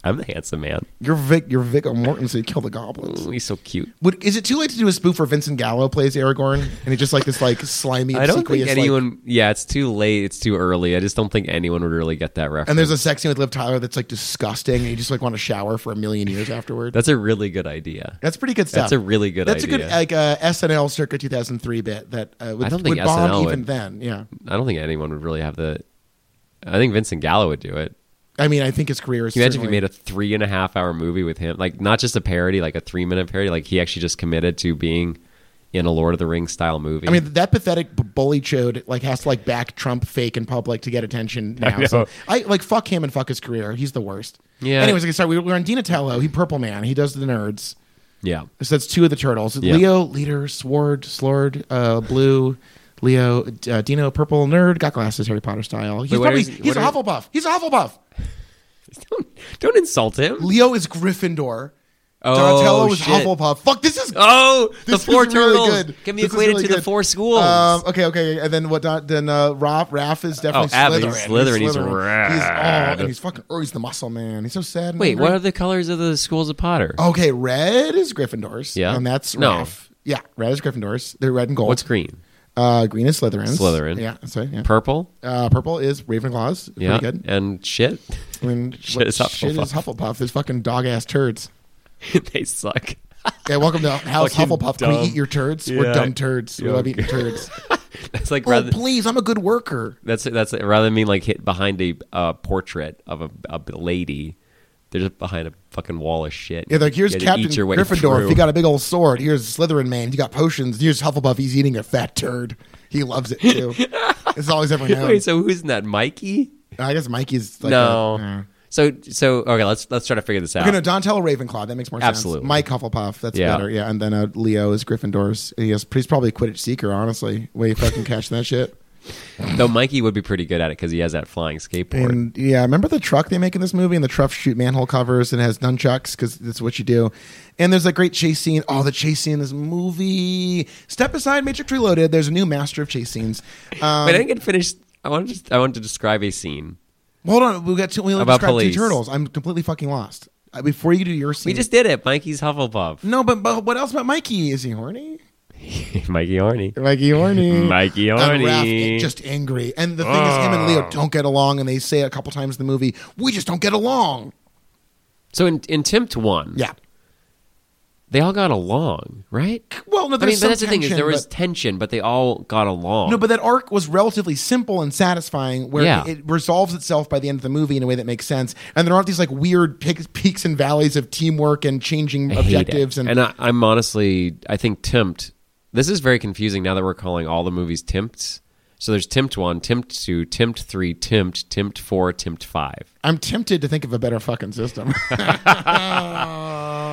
I'm the handsome man.
You're Vic, you're Viggo Mortensen kill the goblins.
Ooh, he's so cute.
Would, is it too late to do a spoof where Vincent Gallo plays Aragorn and he's just like this like slimy?
I don't
obsequious,
think
like-
anyone. yeah, it's too late. It's too early. I just don't think anyone would really get that reference.
And there's a sex scene with Liv Tyler that's like disgusting, and you just like want to shower for a million years afterward. That's,
that's a really good idea.
pretty good stuff.
That's a really good
That's
idea.
a good like uh, SNL circa 2003 bit that uh, would,
I don't think
would bomb
SNL
even
would-
then. Yeah,
I don't think anyone would really have the. I think Vincent Gallo would do it.
I mean, I think his career is.
Can you imagine if you
certainly-
made a three and a half hour movie with him? Like not just a parody, like a three minute parody. Like he actually just committed to being in a Lord of the Rings style movie.
I mean, that pathetic b- bully chode like has to like back Trump fake in public to get attention
[LAUGHS]
now. So I like fuck him and fuck his career. He's the worst.
Yeah.
Anyways, like, sorry, we were on Dina Tello. He Purple Man. He does the nerds.
yeah. [LAUGHS]
So that's two of the turtles.
Yeah.
Leo, leader, sword, slord, uh, blue. Leo, uh, Dino, purple nerd, got glasses, Harry Potter style. He's
Wait, what
probably
is-
he's
what
a
is-
Hufflepuff. He's a Hufflepuff.
Don't, don't insult him.
Leo is Gryffindor.
Oh,
Donatello is
shit.
Hufflepuff. Fuck, this is
Oh, the
this
four
is really
turtles
good.
can be
This is
equated
really
to the
good.
four schools.
Um, okay, okay, and then what? Don, then uh, Raph, Raph is definitely
Oh, Abby,
Slytherin.
he's Slytherin.
He's,
He's
oh,
rad.
and he's fucking. Or he's the muscle man. He's so sad. and
Wait,
angry.
what are the colors of the schools of Potter?
Okay, red is Gryffindors.
Yeah?
and that's
No.
Raph. Yeah, red is Gryffindors. They're red and gold.
What's green?
Uh, green is Slytherin.
Slytherin.
Yeah, that's right. Yeah.
Purple?
uh, purple is Ravenclaws.
Yeah.
Pretty good.
And shit. [LAUGHS]
I mean, shit,
Shit
is
is
shit is Hufflepuff. There's fucking dog ass turds.
they suck.
Yeah, welcome to House
Fucking
Hufflepuff. Can we
dumb.
eat your turds? We're
Yeah.
dumb turds. We
Yeah,
love
okay.
eating turds.
That's like
oh,
[LAUGHS] rather
please, I'm a good worker.
that's that's rather than being like hit behind a uh, portrait of a, a lady. They're just behind a fucking wall of shit.
Yeah, they're like here's
You gotta
Captain
eat your way
Gryffindor.
through.
He got a big old sword. Here's Slytherin man. You got potions. Here's Hufflepuff. He's eating a fat turd. He loves it
[LAUGHS]
too. it's always everyone known.
[LAUGHS] Wait, so who's in that? Mikey?
I guess Mikey's like
no.
A, yeah.
So so okay, let's let's try to figure this out.
Okay, no, Donatello Ravenclaw. That makes more sense.
Absolutely.
Mike Hufflepuff. That's
Yeah.
better. Yeah, and then uh, Leo is Gryffindor's. He has, he's probably a Quidditch seeker, honestly. Way you fucking catching that shit.
Though Mikey would be pretty good at it because he has that flying skateboard.
And yeah, remember the truck they make in this movie, and the truck shoot manhole covers and it has nunchucks because that's what you do. And there's a great chase scene. Oh, the chase scene in this movie. Step aside, Matrix Reloaded. There's a new master of chase scenes. Um,
Wait, I didn't get finished. I want to just, I want to describe a scene.
hold on, we got two. We only
About
described
police.
two turtles. I'm completely fucking lost. Uh, Before you do your scene,
We just did it. Mikey's
[LAUGHS]
Hufflepuff. [LAUGHS]
no. But, but what else about Mikey? Is he horny?
Mikey Arnie.
Mikey horny. [LAUGHS]
Mikey
And Raph
Arnie.
is Mm. just angry. And the thing is, him and Leo
Oh.
don't get along, and they say it a couple times in the movie, "We just don't get along."
So in in Tempt One,
Yeah.
they all got along, right?
Well, no,
I
there's
mean, but
some
that's the thing is
tension,
there was
but-
tension, but they all got along.
No, but that arc was relatively simple and satisfying, where
Yeah.
it, it resolves itself by the end of the movie in a way that makes sense. And there aren't these like weird pe- peaks and valleys of teamwork and changing
I hate it.
objectives. And,
I, I'm honestly, I think Tempt. This is very confusing now that we're calling all the movies Tempts. So there's Tempt one, Tempt two, Tempt three, Tempt, Tempt four, Tempt five.
I'm tempted to think of a better fucking system.
[LAUGHS]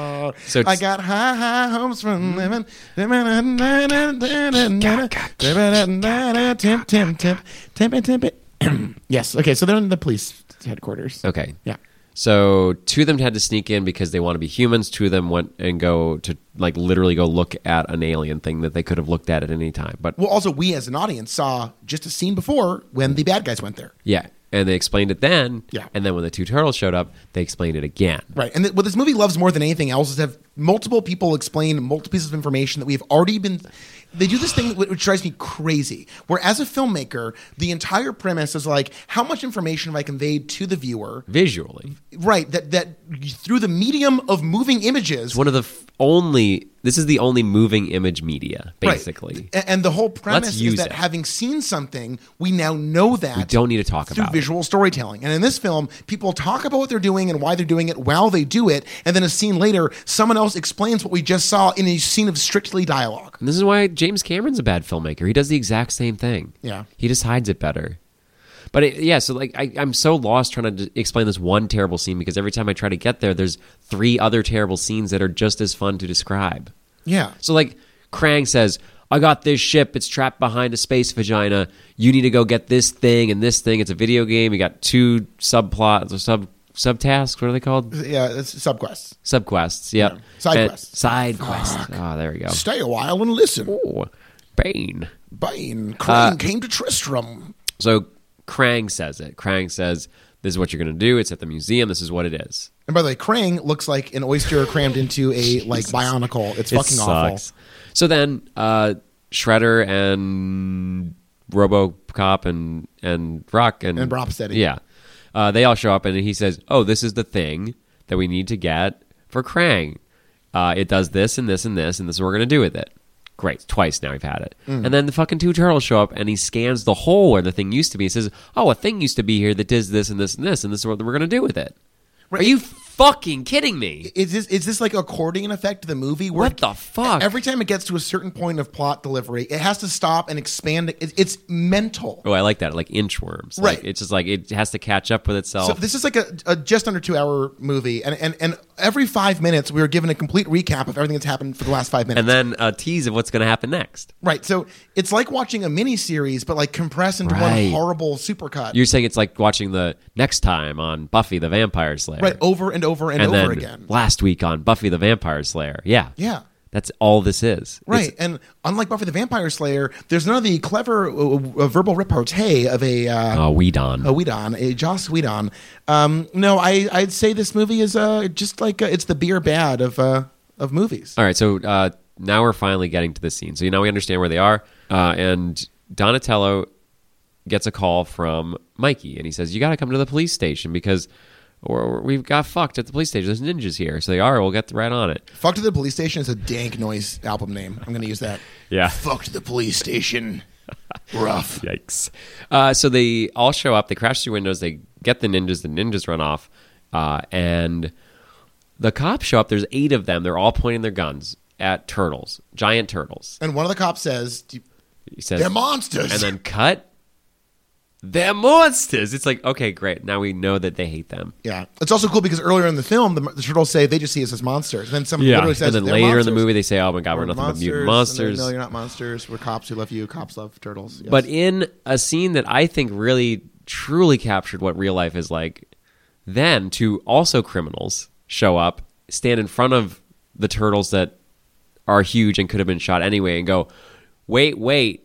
[LAUGHS]
So
I
it's-
got high, high hopes from living. Temp, temp, temp, temp, temp. [CLEARS THROAT] Yes. Okay. So they're in the police headquarters.
Okay.
Yeah.
So two of them had to sneak in because they want to be humans. Two of them went and go to like literally go look at an alien thing that they could have looked at at any time. But
Well, also we as an audience saw just a scene before when the bad guys went there.
yeah, and they explained it then.
Yeah.
And then when the two turtles showed up, they explained it again.
Right. And th- what this movie loves more than anything else is have multiple people explain multiple pieces of information that we've already been. They do this thing wh- which drives me crazy. Where as a filmmaker, the entire premise is like, how much information have I conveyed to the viewer?
Visually,
Right. That that through the medium of moving images.
one of the f- only this is the only moving image media
Right.
basically.
A- And the whole premise is
use
that
it.
having seen something, we now know that. We
don't need to talk
through
about it.
visual storytelling. And in this film, people talk about what they're doing and why they're doing it while they do it. And then a scene later, someone else explains what we just saw in a scene of strictly dialogue.
And this is why James Cameron's a bad filmmaker. He does the exact same thing.
Yeah.
He just hides it better. But it, yeah, so like I, I'm so lost trying to d- explain this one terrible scene because every time I try to get there, there's three other terrible scenes that are just as fun to describe.
Yeah.
So like Krang says, I got this ship. It's trapped behind a space vagina. You need to go get this thing and this thing. It's a video game. You got two subplots or sub subtasks. What are they called?
Yeah, it's subquests.
Subquests. Yep.
Side
And-
quests.
Side quests. Ah, there we go.
Stay a while and listen.
Ooh, Bane.
Bane,
Uh,
Crane came to Tristram.
So Krang says it. Krang says, "This is what you're going to do. It's at the museum. This is what it is."
And by the way, Krang looks like an oyster crammed into a like bionicle. It's
It
fucking awful.
sucks. So then uh, Shredder and RoboCop and and Rock and
And Robsteady.
yeah, uh, they all show up and he says, "Oh, this is the thing that we need to get for Krang. Uh, it does this and this and this, and this is what we're going to do with it." Great, twice now we've had it.
Mm.
And then the fucking two turtles show up and he scans the hole where the thing used to be. He says, Oh, a thing used to be here that does this and this and this, and this is what we're going to do with it. Are you fucking kidding me?
Is this is this like accordion effect to the movie? Where
What the fuck?
E-, [LAUGHS] Every time it gets to a certain point of plot delivery, it has to stop and expand. It, it's mental.
Oh, I like that. Like inchworms. Like,
Right.
it's just like it has to catch up with itself.
So this is like a, a just under two hour movie, and, and and every five minutes we were given a complete recap of everything that's happened for the last five minutes.
and then a tease of what's going to happen next.
right, so it's like watching a mini series, but like compressed into one
Right.
horrible supercut.
You're saying it's like watching the next time on Buffy the Vampire Slayer.
right, over and over and,
And
over
then
again.
last week on Buffy the Vampire Slayer. Yeah.
Yeah.
That's all this is.
Right,
It's-
and unlike Buffy the Vampire Slayer, there's none of the clever uh, uh, verbal repartee of a uh,
uh, Weedon.
a Whedon, a Joss Whedon. Um, no, I I'd say this movie is uh just like uh, it's the beer bad of uh of movies.
All right. So uh, now we're finally getting to the scene. So now we understand where they are. Uh, and Donatello gets a call from Mikey, and he says, "You got to come to the police station because." Or or we've got fucked at the police station. There's ninjas here, so they are. We'll get right on it.
Fuck to the police station is a dank noise album name. I'm gonna use that.
Yeah.
Fuck to the police
[LAUGHS]
station. Rough.
Yikes. Uh, so they all show up. They crash through windows. They get the ninjas. The ninjas run off. Uh, and the cops show up. There's eight of them. They're all pointing their guns at turtles, giant turtles.
And one of the cops says, "Do you-
He says,
"They're monsters."
And then cut. They're monsters. It's like, okay, great. Now we know that they hate them.
[LAUGHS] yeah, it's also cool because earlier in the film, the, the turtles say they just see us as monsters. And then someone literally says,
and then
"They're
later in the
monsters."
movie, they say, oh my God, we're,
We're
nothing but
monsters."
mutant
And
monsters.
they're, No, you're not monsters. We're cops who love you. Cops love turtles. Yes.
But in a scene that I think really truly captured what real life is like, then two also criminals show up, stand in front of the turtles that are huge and could have been shot anyway, and go, wait, wait.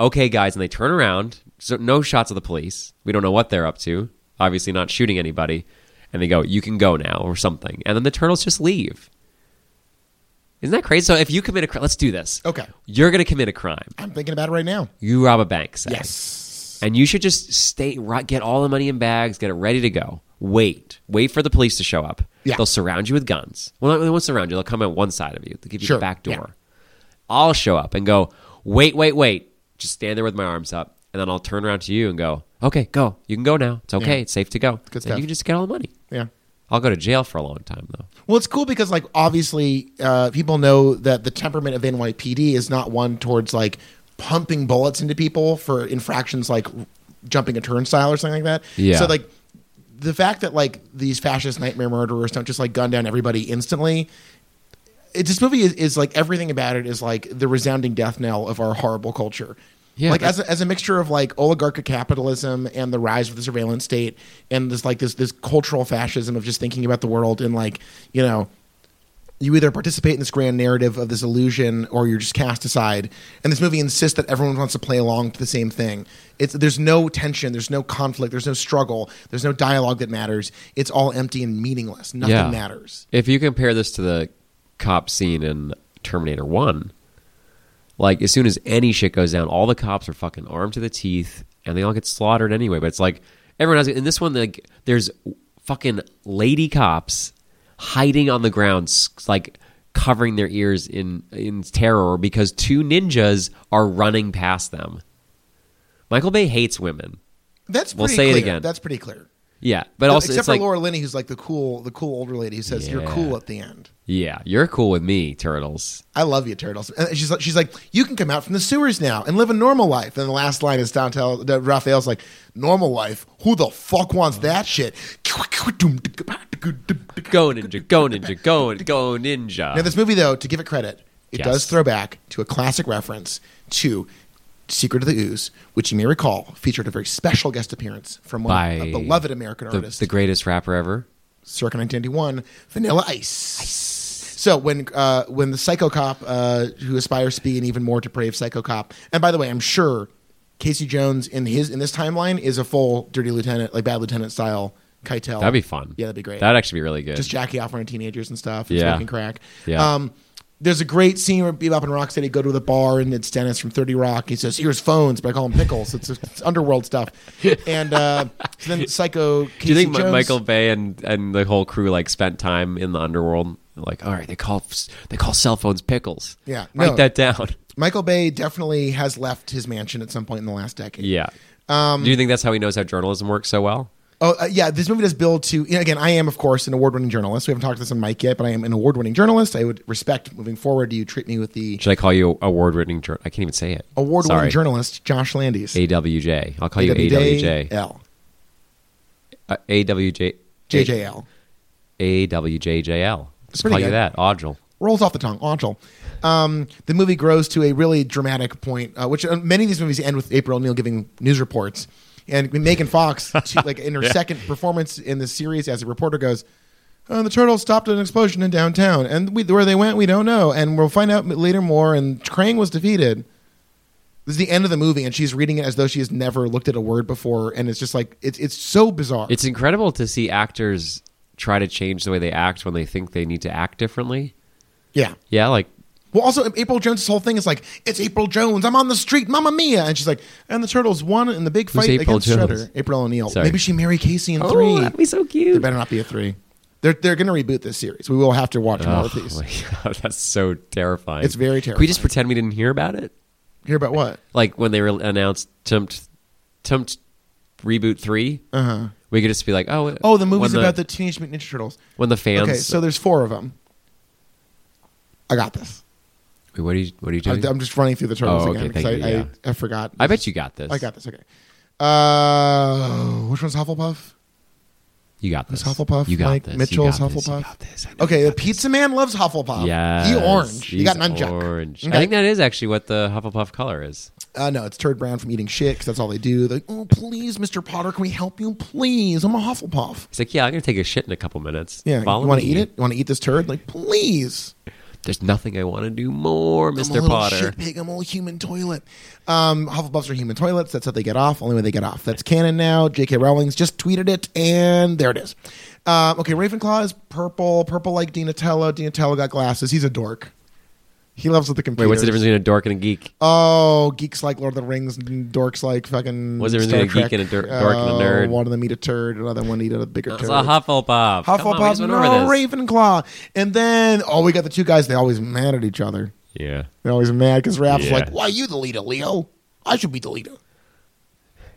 Okay, guys. And they turn around. So no shots of the police. We don't know what they're up to. Obviously, not shooting anybody. And they go, you can go now, or something. And then the turtles just leave. Isn't that crazy? So if you commit a crime, let's do this.
Okay.
You're going to commit a crime.
I'm thinking about it right now.
You rob a bank, say.
Yes.
And you should just stay, ri- get all the money in bags, get it ready to go. wait, wait for the police to show up.
Yeah.
They'll surround you with guns. Well, not, they won't surround you. They'll come at one side of you. They'll give you
Sure,
the back door.
yeah.
I'll show up and go, wait, wait, wait. Just stand there with my arms up. And then I'll turn around to you and go, okay, go. You can go now. It's okay.
Yeah.
It's safe to go.
Good
And
stuff.
you can just get all the money.
Yeah.
I'll go to jail for a long time, though.
Well, it's cool because like obviously uh, people know that the temperament of the NYPD is not one towards like pumping bullets into people for infractions like jumping a turnstile or something like that.
Yeah.
So like the fact that like these fascist nightmare murderers don't just like gun down everybody instantly. It, this movie is, is like everything about it is like the resounding death knell of our horrible culture.
Yeah,
like
that-
as a, as a mixture of like oligarchic capitalism and the rise of the surveillance state and this like this this cultural fascism of just thinking about the world and like you know you either participate in this grand narrative of this illusion or you're just cast aside and this movie insists that everyone wants to play along to the same thing it's there's no tension there's no conflict there's no struggle there's no dialogue that matters it's all empty and meaningless nothing
Yeah.
matters
If you compare this to the cop scene in Terminator 1, like as soon as any shit goes down, all the cops are fucking armed to the teeth and they all get slaughtered anyway. But it's like everyone has in this one like there's fucking lady cops hiding on the ground s- like covering their ears in in terror because two ninjas are running past them. Michael Bay hates women.
that's pretty
We'll say it
clear.
again.
that's pretty clear
Yeah, but also
except
it's
for
like
Laura Linney who's like the cool the cool older lady who says you're
Yeah.
cool at the end
yeah, you're cool with me, turtles.
I love you, turtles. And she's like, she's like, you can come out from the sewers now and live a normal life. And the last line is Dantel, that Raphael's like, normal life? Who the fuck wants that shit?
Go ninja, go ninja, go go ninja.
Now, this movie, though, to give it credit, it
Yes.
does throw back to a classic reference to Secret of the Ooze, which you may recall featured a very special guest appearance from one,
By
a beloved American
the,
artist.
the greatest rapper ever.
circa 1991, Vanilla Ice. So when uh, when the psycho cop uh, who aspires to be an even more depraved psycho cop, and by the way, I'm sure Casey Jones in his in this timeline is a full Dirty Lieutenant, like Bad Lieutenant style Keitel.
That'd be fun.
Yeah, that'd be great.
That'd actually be really good.
Just Jackie off on teenagers and stuff. And
Yeah.
smoking crack.
Yeah.
Um, there's a great scene where Bebop and Rocksteady go to the bar, and it's Dennis from Thirty Rock. He says, "Here's phones," but I call him pickles. It's, it's [LAUGHS] underworld stuff. And uh, so then psycho. Casey
Do you think Mi-
Jones,
Michael Bay and, and the whole crew like spent time in the underworld? Like, all right, they call they call cell phones pickles.
Yeah,
write
no.
that down. [LAUGHS]
Michael Bay definitely has left his mansion at some point in the last decade.
Yeah.
Um,
Do you think that's how he knows how journalism works so well?
Oh, uh, yeah. This movie does build to. You know, again, I am, of course, an award-winning journalist. We haven't talked to this on mic yet, but I am an award-winning journalist. I would respect moving forward. You treat me with the
Should I call you award-winning? Jour- I can't even say it.
award-winning
Sorry.
journalist Josh Landis.
AWJ. I'll call you AWJ.
L
Uh, AWJ.
JJL
AWJJL. Just
pretty
call you
good.
that. Audril.
rolls off the tongue. Angel. Um, the movie grows to a really dramatic point, uh, which uh, many of these movies end with April O'Neil giving news reports, and Megan Fox, she, like in her second performance in the series as a reporter, goes. Uh, the turtles stopped at an explosion in downtown, and we, where they went, we don't know, and we'll find out later more. And Krang was defeated. This is the end of the movie, and she's reading it as though she has never looked at a word before, and it's just like it's it's so bizarre.
It's incredible to see actors try to change the way they act when they think they need to act differently.
yeah,
Yeah, like
Well, also April Jones' whole thing is like, it's April Jones. I'm on the street, Mamma Mia, and she's like, and the Turtles won in the big
Who's
fight
April
against
Jones?
Shredder. April O'Neil.
Sorry.
Maybe she marry Casey in
three.
three.
Oh, that'd be so
there
cute.
better not be a three. They're they're gonna reboot this series. We will have to watch more
Oh
of these.
[LAUGHS] my god, that's so terrifying.
It's very
Can we just
terrifying.
pretend we didn't hear about it?
Hear about what?
Like when they re- announced Tempt Tempt Reboot 3? Uh-huh. We could just be like, "Oh,
Oh, the movie's
when
about the Teenage Mutant Ninja Turtles.
when the fans
Okay, so there's four of them. I got this.
Wait, what are you what are you
I,
doing? I,
am just running through the turtles
Oh,
again
okay,
because
thank
I,
you, yeah.
I, I forgot.
bet you got this.
I got this. Okay. Uh, which one's Hufflepuff?
You got this.
Hufflepuff?
You got
Mike
this. You
Mitchell's
got this. You
Hufflepuff?
got this. I know
Okay,
you
the
got this.
pizza man loves Hufflepuff.
Yes,
Um, he orange. He got
he's
nunchuck.
Orange.
Okay.
I think that is actually what the Hufflepuff color is.
Uh, no, it's turd brown from eating shit because that's all they do. They're like, oh please, Mister Potter, can we help you? Please, I'm a Hufflepuff.
It's like, yeah, I'm gonna take a shit in a couple minutes.
Yeah,
Follow
you want to
me.
eat it? You want to eat this turd? Like, please,
There's nothing I want to do more,
I'm a
Mister
little
Potter.
shit pig. I'm a little human toilet. Um, Hufflepuffs are human toilets. That's how they get off. Only way they get off. That's canon now. J.K. Rowling's just tweeted it, and there it is. Um, okay, Ravenclaw is purple. Purple like Dinatello. Dinatello got glasses. He's a dork. He loves the computer.
Wait, what's the difference between a dork and a geek?
Oh, geeks like Lord of the Rings, and dorks like fucking.
What's the difference
Star
between a
Trek.
geek and a dur- dork and a nerd?
Oh, One of them eat a turd, another one eat a bigger
It's
turd.
a Hufflepuff. Come on, we
Hufflepuff,
just went over
no,
this.
Ravenclaw, and then oh, we got the two guys. They always mad at each other.
Yeah.
They're always mad because Raph's
Yeah.
like, "Why you the leader, Leo? I should be the leader."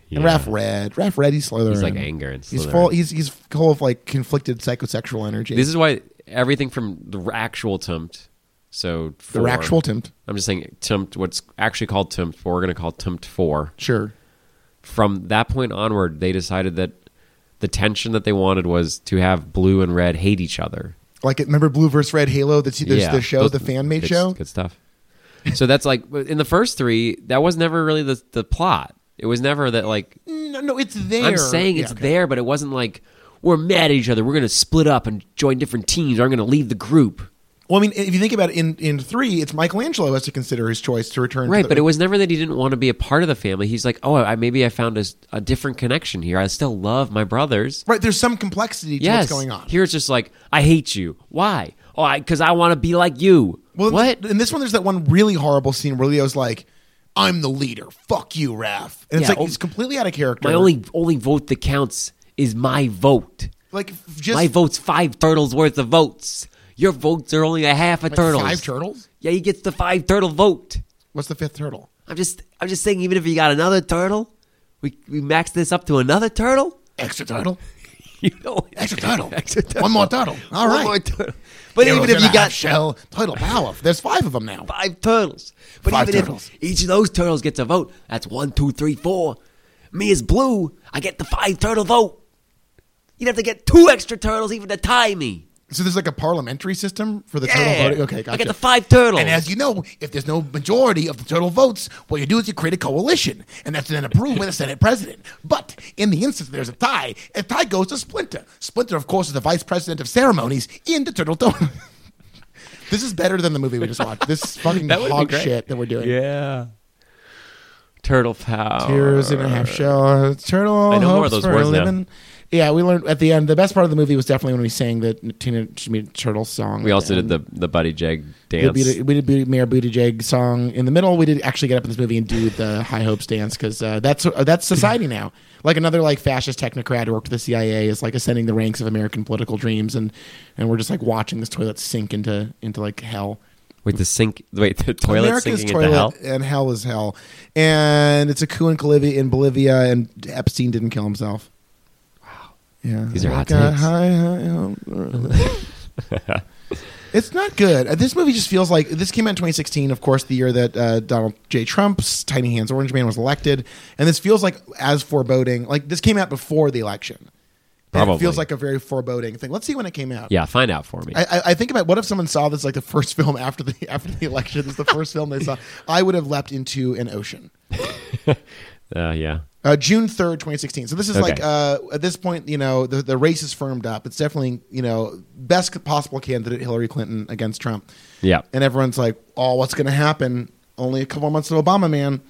yeah.
And Raph red, Raph red, he's Slytherin.
He's like anger and
He's
Slytherin.
full. He's he's full of like conflicted psychosexual energy.
This is why everything from the actual tempt. So
the
four-
actual tempt.
I'm just saying tempt. What's actually called tempt four? We're gonna call tempt four.
Sure.
From that point onward, they decided that the tension that they wanted was to have blue and red hate each other.
Like remember Blue versus Red Halo? That's there's the show,
those-
the fan made
good-
show.
Good stuff. So that's like in the first three, that was never really the the plot. It was never that like
Mm, No, no, it's there.
I'm saying
Yeah,
it's
okay.
there, but it wasn't like we're mad at each other. We're gonna split up and join different teams. Or I'm gonna leave the group.
Well, I mean, if you think about it, in in three, it's Michelangelo who has to consider his choice to return. to
Right,
the-
but it was never that he didn't want to be a part of the family. He's like, oh, I, maybe I found a, s- a different connection here. I still love my brothers.
right. There's some complexity to
yes,
what's going on.
Here it's just like, I hate you. Why? Oh, because I, want to be like you.
Well,
what?
In this one, there's that one really horrible scene where Leo's like, "I'm the leader. Fuck you, Raph." And it's
Yeah,
like
oh,
he's completely out of character.
my only only vote that counts is my vote.
like f- just
my vote's five turtles worth of votes. Your votes are only a half a
like,
turtle.
Five turtles.
Yeah, he gets the five turtle vote.
What's the fifth turtle?
I'm just I'm just saying even if you got another turtle, we we max this up to another turtle. [LAUGHS]
Extra [LAUGHS] turtle.
You know
Extra
[LAUGHS]
turtle. One more turtle. All
One
right.
more turtle. But
Heroes
even if
in
you
a
got [LAUGHS]
shell turtle power, there's five of them now.
five turtles, but
Five
even
turtles.
if each of those turtles gets a vote, that's one, two, three, four. Me as blue, I get the five turtle vote. You'd have to get two extra turtles even to tie me.
So there's like a parliamentary system for the
Yeah.
turtle voting. Okay, gotcha.
I get the five turtles.
And as you know, if there's no majority of the turtle votes, what you do is you create a coalition, and that's then approved by the Senate president. But in the instance there's a tie, a tie goes to Splinter. Splinter, of course, is the vice president of ceremonies in the turtle dome. [LAUGHS] this is better than the movie we just watched. This is fucking
That would be
hog
great.
shit that we're doing.
yeah. Turtle power.
Tears in a half shell. Turtle.
I know more
hopes
of those
for a
words now.
living. Yeah, we learned at the end. The best part of the movie was definitely when we sang the Teenage Mutant Turtles song.
We
at
also
the
did
end.
the the Buddy Jag
We
dance.
did, we did Beauty, Mayor Buttigieg song in the middle. We did actually get up in this movie and do the High Hopes dance because uh, that's uh, that's society now. Like another like fascist technocrat who worked for the CIA is like ascending the ranks of American political dreams, and and we're just like watching this toilet sink into into like hell.
Wait, the sink. Wait, the toilet
America's
sinking
toilet
into hell.
and hell is hell, and it's a coup in Bolivia. In Bolivia, and Epstein didn't kill himself. Wow. Yeah.
These are hot
Like uh, a
takes.
high, high
[LAUGHS]
hope. it's not good. Uh, This movie just feels like this came out in 2016, of course, the year that uh, Donald J. Trump's Tiny Hands Orange Man was elected, and this feels like as foreboding. Like this came out before the election. And
Probably.
it feels like a very foreboding thing. Let's see when it came out.
Yeah, find out for me.
I, I- I think about what if someone saw this like the first [LAUGHS] film after the after the election this is the first film they saw. I would have leapt into an ocean.
uh, yeah.
Uh, June third, twenty sixteen. So this is
Okay.
like uh, at this point, you know, the the race is firmed up. It's definitely you know best possible candidate Hillary Clinton against Trump.
Yeah.
and everyone's like, oh, what's going to happen? Only a couple months of Obama, man.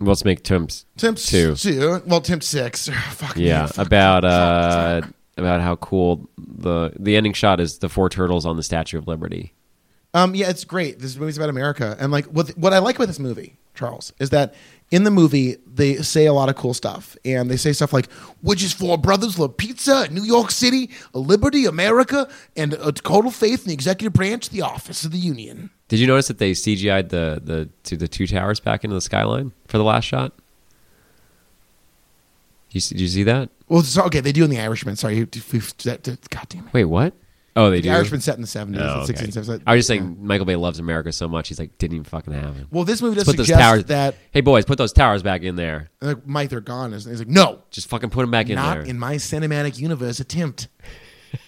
Let's make Tim's
Temp
two.
two. well, temp six. [LAUGHS] Fuck me.
Yeah,
Fuck.
about uh, about how cool the the ending shot is. The four turtles on the Statue of Liberty.
Um, yeah, it's great. This movie's about America, and like what what I like about this movie, Charles, is that in the movie they say a lot of cool stuff, and they say stuff like, "Which is for brothers, love pizza, New York City, liberty, America, and a total faith in the executive branch, the office of the union."
Did you notice that they CGI'd the the to the two towers back into the skyline for the last shot? You see, did you see that?
Well, so, okay, they do in The Irishman. Sorry, you- you- that- that- God damn it.
Wait, what? Oh, they
The
do.
Irishman set in the seventies,
Oh, okay.
sixteen seventies.
I was just saying, Michael Bay loves America so much, he's like, didn't even fucking have it.
Well, this movie does
Put those
suggest
towers.
that
hey, boys, put those towers back in there.
like, Mike, they're gone. And he's like, no,
Just fucking put them back in
not
there.
in my cinematic universe attempt.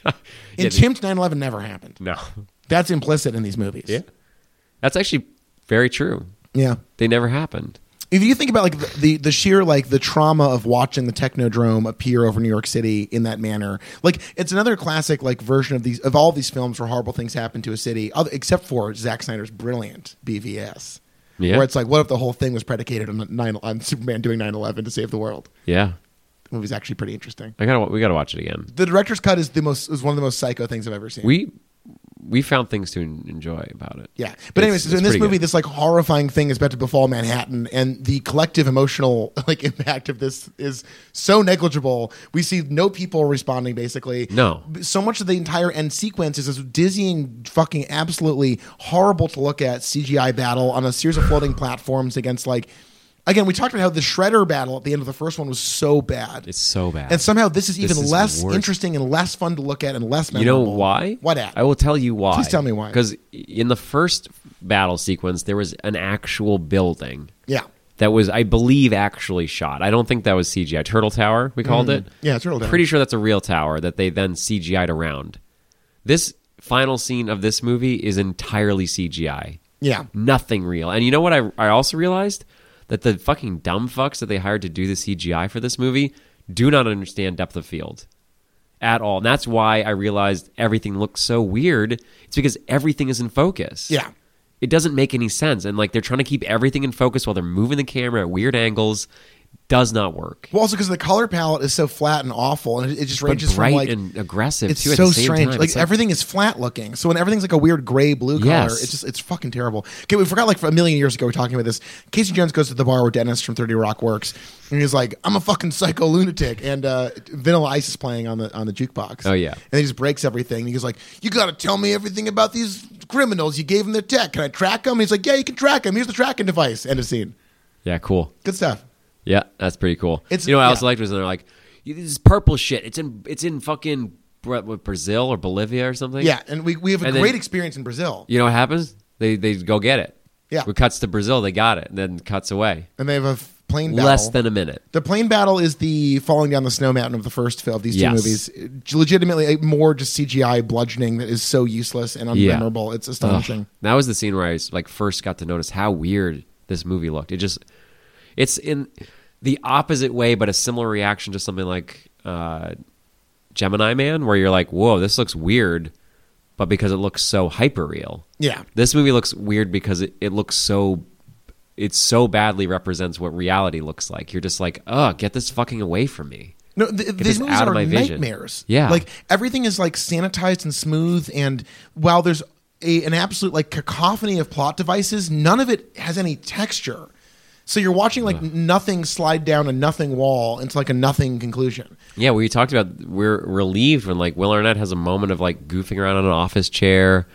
[LAUGHS] Yeah, they-
Attempt 9 11 never happened.
no, [LAUGHS]
That's implicit in these movies.
Yeah. that's actually very true.
Yeah.
They never happened.
If you think about like the, the, the sheer like the trauma of watching the Technodrome appear over New York City in that manner, like it's another classic like version of these of all these films where horrible things happen to a city, other, except for Zack Snyder's brilliant BVS,
Yeah.
where it's like what if the whole thing was predicated on nine on Superman doing 9-11 to save the world?
Yeah,
The movie's actually pretty interesting.
I gotta we gotta watch it again.
The director's cut is the most is one of the most psycho things I've ever seen.
We we found things to en- enjoy about it.
Yeah, but anyways,
It's-
so in this
it's pretty
movie,
good.
this like horrifying thing is about to befall Manhattan, and the collective emotional [LAUGHS] like impact of this is so negligible. We see no people responding. Basically,
No.
So much of the entire end sequence is this dizzying, fucking, absolutely horrible to look at CGI battle on a series of floating platforms against like. Again, we talked about how the Shredder battle at the end of the first one was so bad.
it's so bad.
and somehow this is
This
even
is
less
worse.
interesting and less fun to look at and less
you know
memorable.
why?
Why that?
I will tell you why.
Please tell me why.
Because in the first battle sequence, there was an actual building.
Yeah.
That was, I believe, actually shot. I don't think that was CGI. Turtle Tower, we called it.
Mm. Yeah, Turtle Tower.
Pretty sure that's a real tower that they then CGI'd around. This final scene of this movie is entirely CGI.
Yeah.
Nothing real. And you know what I, I also realized? That the fucking dumb fucks that they hired to do the CGI for this movie do not understand depth of field at all. And that's why I realized everything looks so weird. It's because everything is in focus.
Yeah.
It doesn't make any sense. And like they're trying to keep everything in focus while they're moving the camera at weird angles. Does not work.
Well, also because the color palette is so flat and awful, and it, it just
But
ranges
bright
from like
and aggressive
it's
too at
so
the same
strange.
time.
Like,
It's
everything is flat looking, so when everything's like a weird gray blue color,
Yes.
it's just it's fucking terrible. Okay, we forgot like for a million years ago we were talking about this. Casey Jones goes to the bar where Dennis from Thirty Rock works, and he's like, "I'm a fucking psycho lunatic," and uh, Vanilla Ice is playing on the on the jukebox.
Oh, yeah.
and he just breaks everything. And he's like, "You got to tell me everything about these criminals. You gave them their tech. Can I track them?" And he's like, "Yeah, you can track them. Here's the tracking device." End of scene.
yeah, cool.
Good stuff.
Yeah, that's pretty cool.
It's-
you know what I
yeah.
also liked was they're like, this is purple shit. It's in it's in fucking Bra- what, Brazil or Bolivia or something.
Yeah, and we, we have a
And then-
great experience in Brazil.
You know what happens? They they go get it.
Yeah.
It cuts to Brazil. They got it. And then cuts away.
and they have a f- plane battle.
Less than a minute.
the plane battle is the falling down the snow mountain of the first film of these two
Yes.
movies. It- Legitimately, a more just CGI bludgeoning that is so useless and
Yeah.
unmemorable. It's
Ugh.
astonishing.
That was the scene where I was, like first got to notice how weird this movie looked. It just it's in the opposite way, but a similar reaction to something like uh, Gemini Man, where you're like, "Whoa, this looks weird," but because it looks so hyper real.
Yeah,
This movie looks weird because it, it looks so it so badly represents what reality looks like. You're just like, "Oh, get this fucking away from me."
no, th- these
this
movies
out of
are
my vision.
nightmares.
Yeah.
like everything is like sanitized and smooth, and while there's a, an absolute like cacophony of plot devices, none of it has any texture. So you're watching like nothing slide down a nothing wall into like a nothing conclusion.
Yeah, we talked about we're relieved when like Will Arnett has a moment of like goofing around on an office chair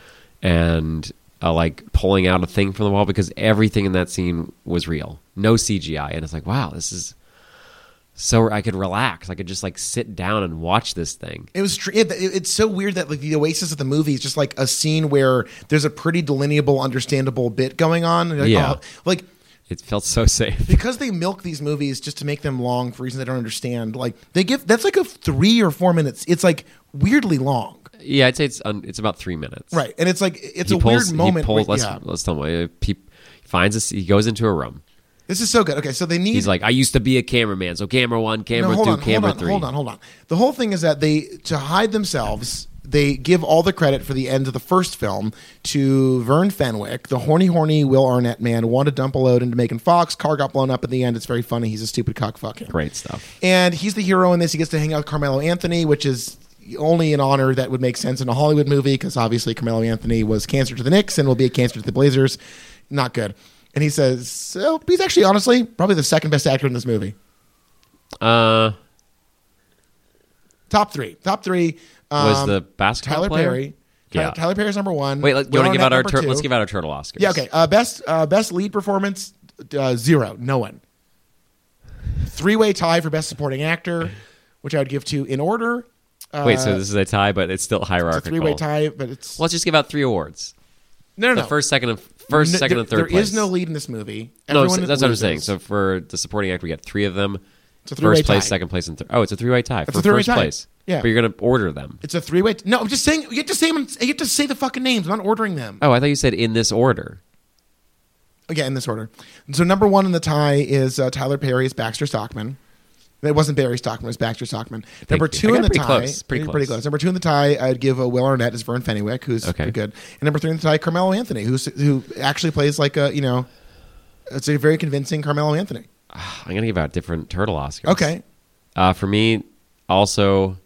and uh, like pulling out a thing from the wall because everything in that scene was real, no CGI, and it's like wow, this is so I could relax, I could just like sit down and watch this thing.
It was tr- it, it- it's so weird that like the oasis of the movie is just like a scene where there's a pretty delineable, understandable bit going on. and you're like,
Yeah.
oh, like
It felt so [LAUGHS] safe.
because they milk these movies just to make them long for reasons I don't understand. Like they give that's like a three or four minutes. It's like weirdly long,
Yeah, I'd say it's un, it's about three minutes.
right? And it's like it's
He
a
pulls.
weird moment.
he pulls.
where-
Let's
yeah.
let's tell him. uh, He finds us. He goes into a room.
This is so good. Okay, so they need
He's like, I used to be a cameraman, so camera one, camera
hold
two,
on,
camera
hold on,
three.
Hold on, hold on. The whole thing is that they to hide themselves. They give all the credit for the end of the first film to Vern Fenwick, the horny, horny Will Arnett man, wanted to dump a load into Megan Fox. Car got blown up at the end. It's very funny. He's a stupid cock fucking.
Great stuff.
And he's the hero in this. He gets to hang out with Carmelo Anthony, which is only an honor that would make sense in a Hollywood movie because obviously Carmelo Anthony was cancer to the Knicks and will be a cancer to the Blazers. Not good. And he says, so he's actually honestly probably the second best actor in this movie.
Uh,
Top three. Top three. Um,
was the basketball
Tyler
player?
Perry.
Yeah.
Tyler, Tyler Perry's number one.
Wait, let, you
Will
want to give
Arnett
out our
number
tur-
two.
let's give out our turtle Oscars.
Yeah, okay. Uh, best uh, best lead performance uh, zero, no one. Three way tie for best supporting actor, which I would give to in order. Uh,
Wait, so this is a tie, but it's still
it's
hierarchical.
a three way tie, but it's
Let's just give out three awards:
no, no,
the
no.
first, second, and first,
No,
second,
there-
and third
There
place.
is no lead in this movie.
No,
Everyone
so- that's what I'm
loses.
saying. So for the supporting act, we get three of them.
It's a three-way
first place,
tie.
second place, and third. Oh, it's a three-way tie
It's
for
a three-way
first
tie.
place.
Yeah.
but you're gonna order them.
it's a three way. no, I'm just saying. You get to say them. You get to say the fucking names. I'm not ordering them.
Oh, I thought you said in this order. [SIGHS]
Okay, in this order. So number one in the tie is uh, Tyler Perry's Baxter Stockman. It wasn't Barry Stockman; it was Baxter Stockman. Number
you. I
two
got
in the
pretty
tie,
close, pretty
you're
close.
Number two in the tie, I'd give a Will Arnett as Vern Fenwick, who's
Okay.
pretty good. And number three in the tie, Carmelo Anthony, who's who actually plays like a you know, it's a very convincing Carmelo Anthony.
I'm gonna give out different turtle Oscars.
Okay,
Uh, for me, also,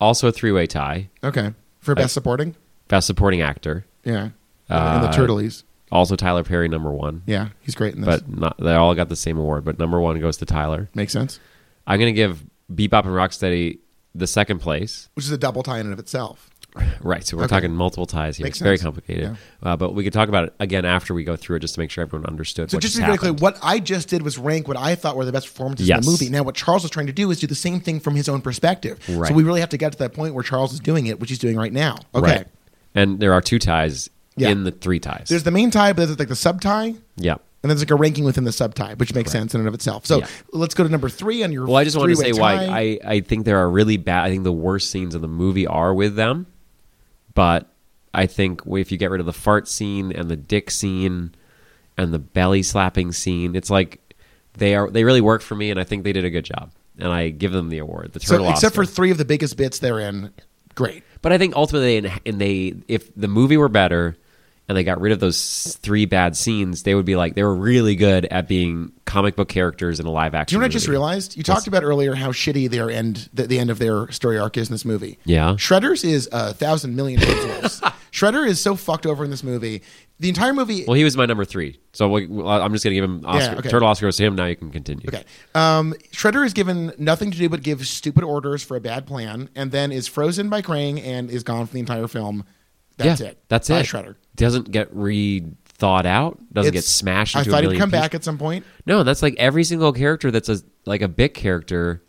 also a three-way tie.
okay. for best supporting.
Best Supporting Actor.
Yeah,
Uh,
and the Turtles.
Also Tyler Perry number one.
Yeah, he's great in this.
But not, they all got the same award. But number one goes to Tyler.
Makes sense.
I'm gonna give Bebop and Rocksteady the second place.
Which is a double tie in and of itself.
Right. So we're
Okay.
talking multiple ties here.
Makes
it's very
sense.
complicated. Uh, but we could talk about it again after we go through it, just to make sure everyone understood.
So
what
just to be
just
very clear,
happened.
what I just did was rank what I thought were the best performances in
Yes.
the movie. Now, what Charles is trying to do is do the same thing from his own perspective.
Right.
So we really have to get to that point where Charles is doing it, which he's doing right now. Okay.
Right. And there are two ties
Yeah.
in the three ties.
There's the main tie, but there's like the sub tie, and
yeah.
then there's like a ranking within the sub tie, which makes sense in and of itself. So
Yeah.
let's go to number three on your.
Well, I just wanted to say
three-way
why
tie.
I, I think there are really bad. I think the worst scenes in the movie are with them, but I think if you get rid of the fart scene and the dick scene and the belly slapping scene, it's like they are they really work for me, and I think they did a good job, and I give them the award. The
So
turtle,
except for
Oscar.
three of the biggest bits they're in, great.
but I think ultimately, and, and they if the movie were better. And they got rid of those three bad scenes. They would be like they were really good at being comic book characters in a live
Do
action.
you know what I just
movie.
realized? You talked about earlier how shitty their end, the, the end of their story arc is in this movie.
Yeah.
Shredder's is a thousand
[LAUGHS]
million times worse. Shredder is so fucked over in this movie. The entire movie.
Well, he was my number three, so we- well, I'm just gonna give him Oscar.
Yeah, okay.
Turtle Oscar goes to him. Now you can continue.
Okay. Um, Shredder is given nothing to do but give stupid orders for a bad plan, and then is frozen by Krang and is gone for the entire film. That's
Yeah,
it.
That's
By
it.
Shredder.
doesn't get re thawed out. Doesn't
It's-
get smashed.
I
Into
thought
a
he'd
million
come
pieces.
back at some point.
No, that's like every single character that's a like a big character.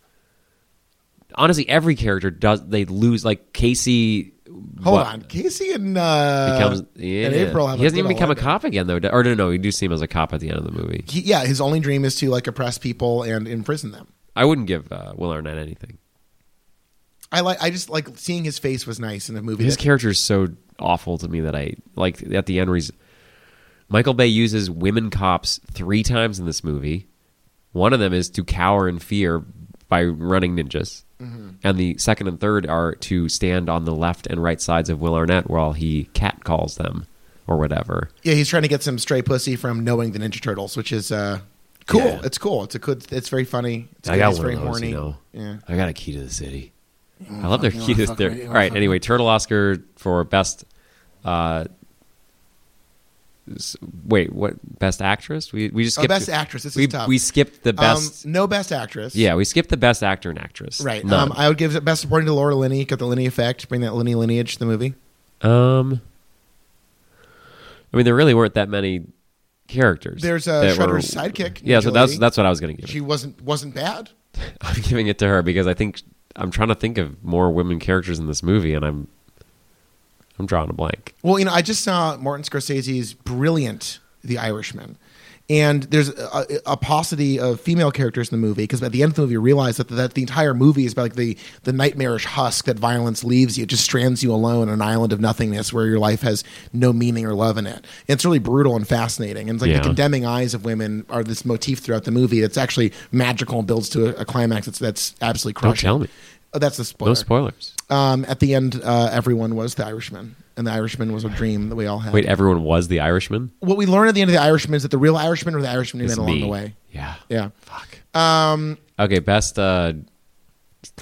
Honestly, every character does. They lose. Like Casey.
Hold
what,
on, Casey and uh,
Becomes, yeah.
and April. Have
he
a
doesn't
good
even become a
alignment.
cop again, though. Or no, no, you do see him as a cop at the end of the movie.
He, yeah, his only dream is to like oppress people and imprison them.
I wouldn't give uh, Will Arnett anything.
I like. I just like seeing his face was nice in a movie.
his
that-
character is so awful to me that I like at the end where he's Michael Bay uses women cops three times in this movie. One of them is to cower in fear by running ninjas,
Mm-hmm.
and the second and third are to stand on the left and right sides of Will Arnett while he cat calls them or whatever.
yeah, he's trying to get some stray pussy from knowing the Ninja Turtles, which is uh, cool.
Yeah.
It's cool. It's a good. It's very funny. It's
I
good.
got
it's
one
very
of those,
horny.
you know.
Yeah.
I got a key to the city. I love their
you
key
Mm, wanna
to
fuck
the
me, you
city. All
wanna
right,
fuck
anyway, Turtle Oscar for best. Uh, s- wait, what? Best actress? We we just
Oh,
skipped
best actress. This is
we,
tough.
We skipped the best.
Um, no best actress.
yeah, we skipped the best actor and actress.
Right.
None.
Um, I would give it best supporting to Laura Linney. Got the Linney effect. Bring that Linney lineage to the movie.
um, I mean, there really weren't that many characters.
There's uh,
that were-
Shredder's sidekick.
Yeah, so
Ninja
that's
Lady.
that's what I was going to give. it.
She wasn't wasn't bad.
I'm giving it [LAUGHS] to her because I think I'm trying to think of more women characters in this movie, and I'm I'm drawing a blank.
Well, you know, I just saw Martin Scorsese's brilliant The Irishman. And there's a, a paucity of female characters in the movie because at the end of the movie, you realize that, that the entire movie is about like the, the nightmarish husk that violence leaves you. It just strands you alone on an island of nothingness where your life has no meaning or love in it. And it's really brutal and fascinating. And it's like
Yeah.
the condemning eyes of women are this motif throughout the movie that's actually magical and builds to a, a climax that's, that's absolutely
Don't
crushing.
tell me.
Oh, that's the spoiler.
No spoilers.
Um, at the end, uh, everyone was the Irishman, and the Irishman was a dream that we all had.
Wait, everyone was the Irishman?
What we learn at the end of the Irishman is that the real Irishman or the Irishman who
It's
met along
me.
the way.
Yeah.
Yeah.
Fuck.
Um,
Okay, best. Uh,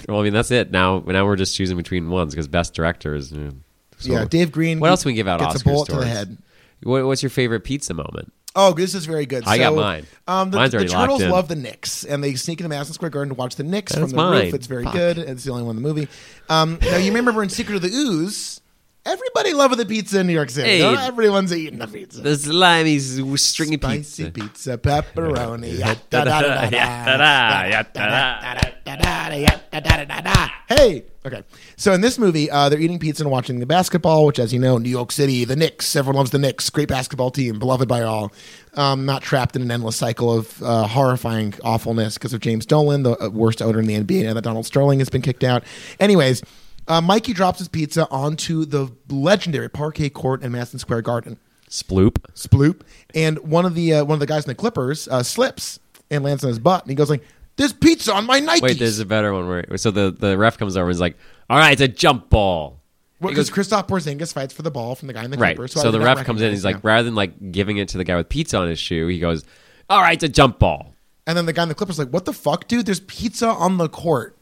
well, I mean, that's it. Now, now we're just choosing between ones because best director is. mm, so-
yeah. Dave Green.
What else can we give out
Gets
Oscars
a bullet to the
towards?
head.
What, what's your favorite pizza moment?
Oh, this is very good.
I got
So,
mine.
Um, the,
Mine's
the
already locked
Turtles
in.
love the Knicks, and they sneak into Madison Square Garden to watch the Knicks from
That's
the
mine.
roof. It's very
Fuck.
good, and it's the only one in the movie. Um, now you remember in Secret of the Ooze, everybody loving the pizza in New York City.
Hey.
Not everyone's eating the pizza.
The slimy s- stringy
Spicy pizza,
pizza.
pepperoni.
da-da,
ya-da-da-da-da,
ya-da-da.
da-da-da-da, ya-da-da-da-da-da. Hey, okay. So in this movie, uh, they're eating pizza and watching the basketball, which, as you know, New York City, the Knicks. Everyone loves the Knicks. Great basketball team, beloved by all. Um, not trapped in an endless cycle of uh, horrifying awfulness because of James Dolan, the uh, worst owner in the NBA, and that Donald Sterling has been kicked out. Anyways. Uh, Mikey drops his pizza onto the legendary parquet court in Madison Square Garden.
Sploop.
Sploop, and one of the uh, one of the guys in the Clippers uh, slips and lands on his butt, and he goes like, "There's pizza on my Nikes."
Wait, there's a better one where. So the, the ref comes over and is like, all right, it's a jump ball. He
because
goes-
Christoph Porzingis fights for the ball from the guy in the
Right.
Clippers.
So,
I did
the
not
ref comes in. and He's
recognize
like,
him.
rather than like giving it to the guy with pizza on his shoe, he goes, "All right, it's a jump ball."
and then the guy in the Clippers is like, "What the fuck, dude? There's pizza on the court."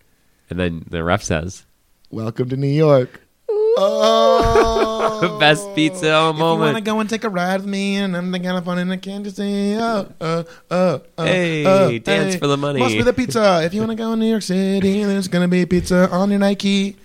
And then the ref says, [LAUGHS]
Welcome to New York. Oh,
Best pizza
If you
moment.
want to go and take a ride with me, and I'm the kind of fun in the candy scene. Oh, uh, uh, uh,
Hey,
uh,
dance
hey.
for the money.
Must be the pizza. If you want to go in New York City, there's gonna be pizza on your Nike.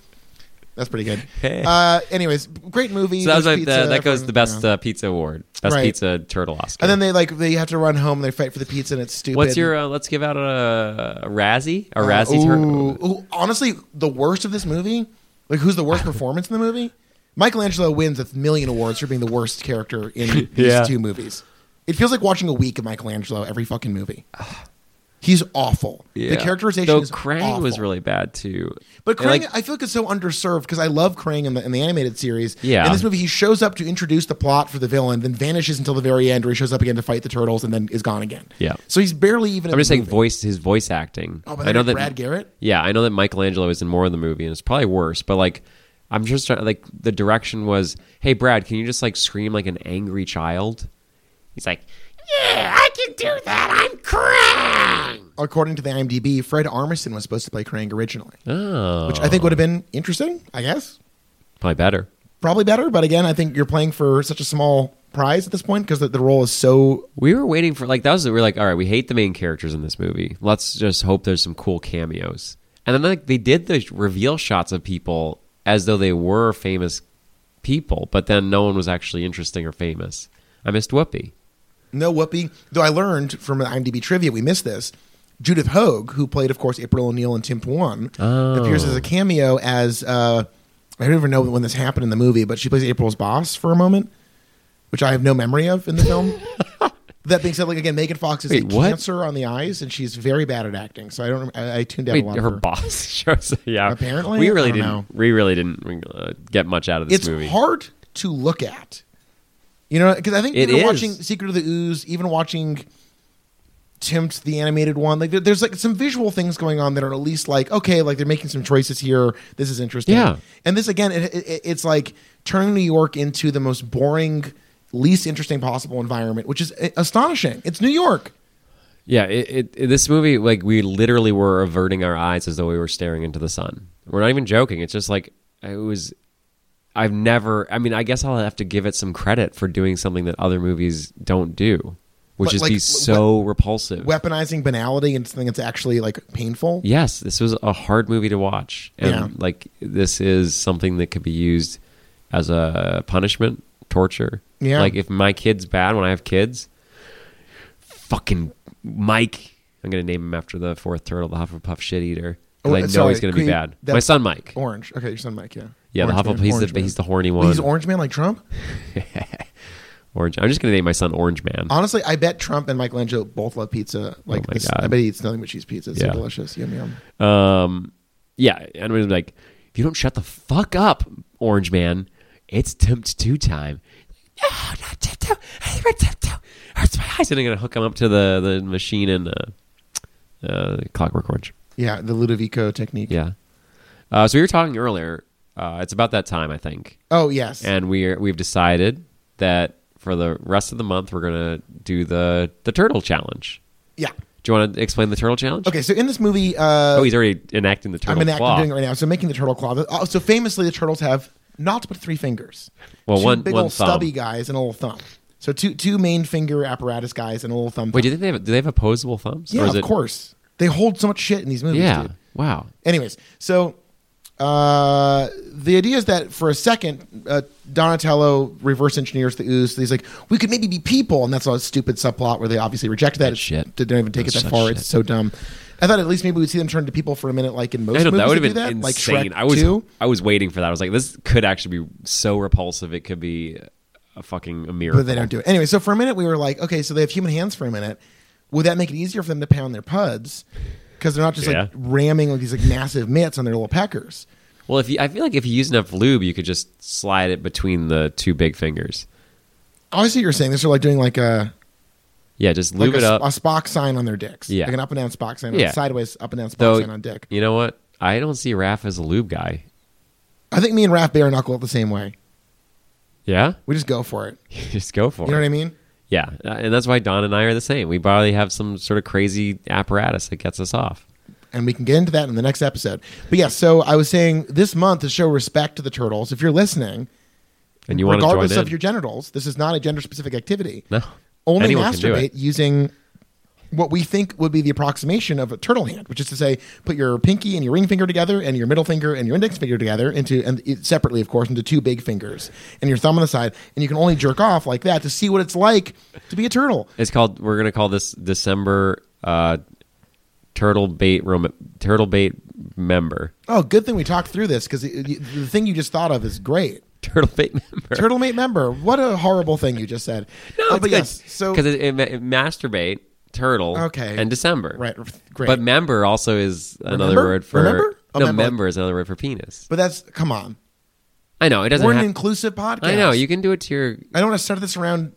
That's pretty good.
[LAUGHS] Hey.
Uh, anyways, great movie.
So that was
There's
like
pizza
the, that goes
from-
the best
yeah.
uh, pizza award, best
Right.
pizza turtle Oscar.
And then they like they have to run home. They fight for the pizza, and it's stupid.
What's your? Uh, let's give out a, a Razzie, a
Uh,
Razzie
ooh.
turtle.
Ooh, honestly, the worst of this movie, like who's the
[LAUGHS]
worst performance in the movie? Michelangelo wins a million awards for being the worst character
[LAUGHS]
in these
Yeah.
two movies. It feels like watching a week of Michelangelo every fucking movie. [SIGHS] He's awful. The characterization
Though
is
Krang
awful.
was really bad too.
But uh, Krang,
And, like,
I feel like it's so underserved because I love Krang in the, in the animated series.
Yeah.
In this movie, he shows up to introduce the plot for the villain, then vanishes until the very end, where he shows up again to fight the turtles, and then is gone again.
Yeah.
So he's barely even.
I'm
in
just
the
saying
movie.
voice his voice acting.
Oh, but
I
I
know that
Brad Garrett.
Yeah, I know that Michelangelo is in more of the movie, and it's probably worse. But like, I'm just trying. Like, the direction was, "Hey, Brad, can you just like scream like an angry child?" He's like, "Yeah, I can do that. I'm Krang."
according to the IMDb, Fred Armisen was supposed to play Krang originally,
Oh,
which I think would have been interesting. I guess
probably better.
probably better, but again, I think you're playing for such a small prize at this point because the, the role is so
We were waiting for like that was we were like, all right, we hate the main characters in this movie. Let's just hope there's some cool cameos. And then like they did the reveal shots of people as though they were famous people, but then no one was actually interesting or famous. I missed Whoopi.
no whoopee. Though I learned from the IMDb trivia, we missed this. Judith Hogue, who played, of course, April O'Neil in Tim One,
Oh.
appears as a cameo as uh, I don't even know when this happened in the movie, but she plays April's boss for a moment, which I have no memory of in the film.
[LAUGHS]
that being said, like again, Megan Fox is
Wait,
a
what?
cancer on the eyes, and she's very bad at acting. So I don't. I, I tuned out
Wait,
a lot.
her,
of her.
boss [LAUGHS] shows. Yeah,
Apparently,
we
I
really
don't
didn't.
know.
We really didn't uh, get much out of this
it's
movie.
hard to look at. You know, because I think
It
even
is.
watching Secret of the Ooze, even watching Tempt the animated one, like there- there's like some visual things going on that are at least like okay, like they're making some choices here. This is interesting.
Yeah.
and this again, it, it, it's like turning New York into the most boring, least interesting possible environment, which is uh, astonishing. It's New York.
Yeah, it, it, it- this movie like we literally were averting our eyes as though we were staring into the sun. We're not even joking. It's just like it was. I've never. I mean, I guess I'll have to give it some credit for doing something that other movies don't do, which
But,
is
like,
be
we-
so repulsive.
Weaponizing banality and something that's actually like painful.
yes, this was a hard movie to watch, and
Yeah.
like this is something that could be used as a punishment, torture.
Yeah.
Like if my kid's bad when I have kids, fucking Mike. I'm gonna name him after the fourth turtle, the Hufflepuff shit eater. 'Cause
Oh,
I know
sorry,
he's gonna be
can you-
bad.
that-
My son Mike.
Orange. Okay, your son Mike. Yeah.
yeah,
orange
the Hufflepuff.
man,
he's
orange
the
man.
he's the horny
Wait,
one.
He's orange man like Trump.
Orange. I'm just gonna name my son Orange Man.
Honestly, I bet Trump and Michelangelo both love pizza. Like,
Oh my
this,
God.
I bet he eats nothing but cheese pizza. It's
Yeah.
so delicious. Yum yum.
Um, yeah, and we're like, if you don't shut the fuck up, Orange Man, it's tempt two time. No, not tempt two. I never tempt two. Hurts my eyes. And I'm gonna hook him up to the the machine and uh, uh, Clockwork Orange.
Yeah, the Ludovico technique.
Yeah. Uh, so we were talking earlier. Uh, it's about that time, I think,
Oh yes.
and we are, we've decided that for the rest of the month we're gonna do the the turtle challenge.
yeah.
Do you want to explain the turtle challenge?
Okay, so in this movie, uh,
Oh, he's already enacting the turtle
I'm enacting
claw.
doing it right now. So making the turtle claw. Oh, So famously, the turtles have not but three fingers.
Well,
two
one-
big
one
old
thumb.
stubby guys and a little thumb. So two two main finger apparatus guys and a little thumb.
Wait, do you think they have do they have opposable thumbs?
yeah,
Or is
of
it-
course. They hold so much shit in these movies.
Yeah.
dude.
Wow.
Anyways, so uh, the idea is that for a second, uh, Donatello reverse engineers the ooze. he's like, we could maybe be people, and that's a stupid subplot where they obviously reject that.
That's shit.
They don't even take
That's
it that
such
far.
shit.
It's so dumb. I thought at least maybe we'd see them turn to people for a minute, like in most
I know
movies.
that would have
they
been
do that, like
insane.
Shrek
I was
2.
I was waiting for that. I was like, this could actually be so repulsive. It could be a fucking a miracle.
but they don't do it anyway. So for a minute, we were like, okay, so they have human hands for a minute. Would that make it easier for them to pound their puds? Because they're not just
Yeah.
like ramming like these like massive mitts on their little peckers.
Well, if you, I feel like if you use enough lube, you could just slide it between the two big fingers.
I see what you're saying. They're sort of like doing like a
Yeah, just lube
like
it
a,
up.
a Spock sign on their dicks.
Yeah.
Like an up and down Spock sign,
Yeah.
sideways up and down Spock
Though-
sign on dick.
You know what? I don't see Raph as a lube guy.
I think me and Raph Bear knuckle it the same way.
Yeah, [LAUGHS]
We just go for it.
just go for
You know
it.
what I mean?
Yeah, Uh, and that's why Don and I are the same. We probably have some sort of crazy apparatus that gets us off.
and we can get into that in the next episode. But yeah, so I was saying this month to show respect to the turtles. If you're listening,
And you want to join
regardless of
in.
your genitals, this is not a gender specific activity.
no.
Only
Anyone can do
masturbate
it.
using what we think would be the approximation of a turtle hand, which is to say, put your pinky and your ring finger together, and your middle finger and your index finger together into and it- separately, of course, into two big fingers, and your thumb on the side, and you can only jerk off like that to see what it's like to be a turtle.
It's called. We're gonna call this December uh, turtle bait room. Turtle bait member. [LAUGHS]
Oh, good thing we talked through this because the thing you just thought of is great.
Turtle bait member.
Turtle mate member. What a horrible thing you just said.
no,
Uh,
but yes.
so
because it, it, it masturbate turtle.
Okay.
And December.
right, great.
But member also is another
Remember?
word for
Remember? Oh,
no.
member.
Member is another word for penis.
but that's come on.
I know it doesn't.
We're an
have-
inclusive podcast.
I know you can do it to your.
I don't want to start this around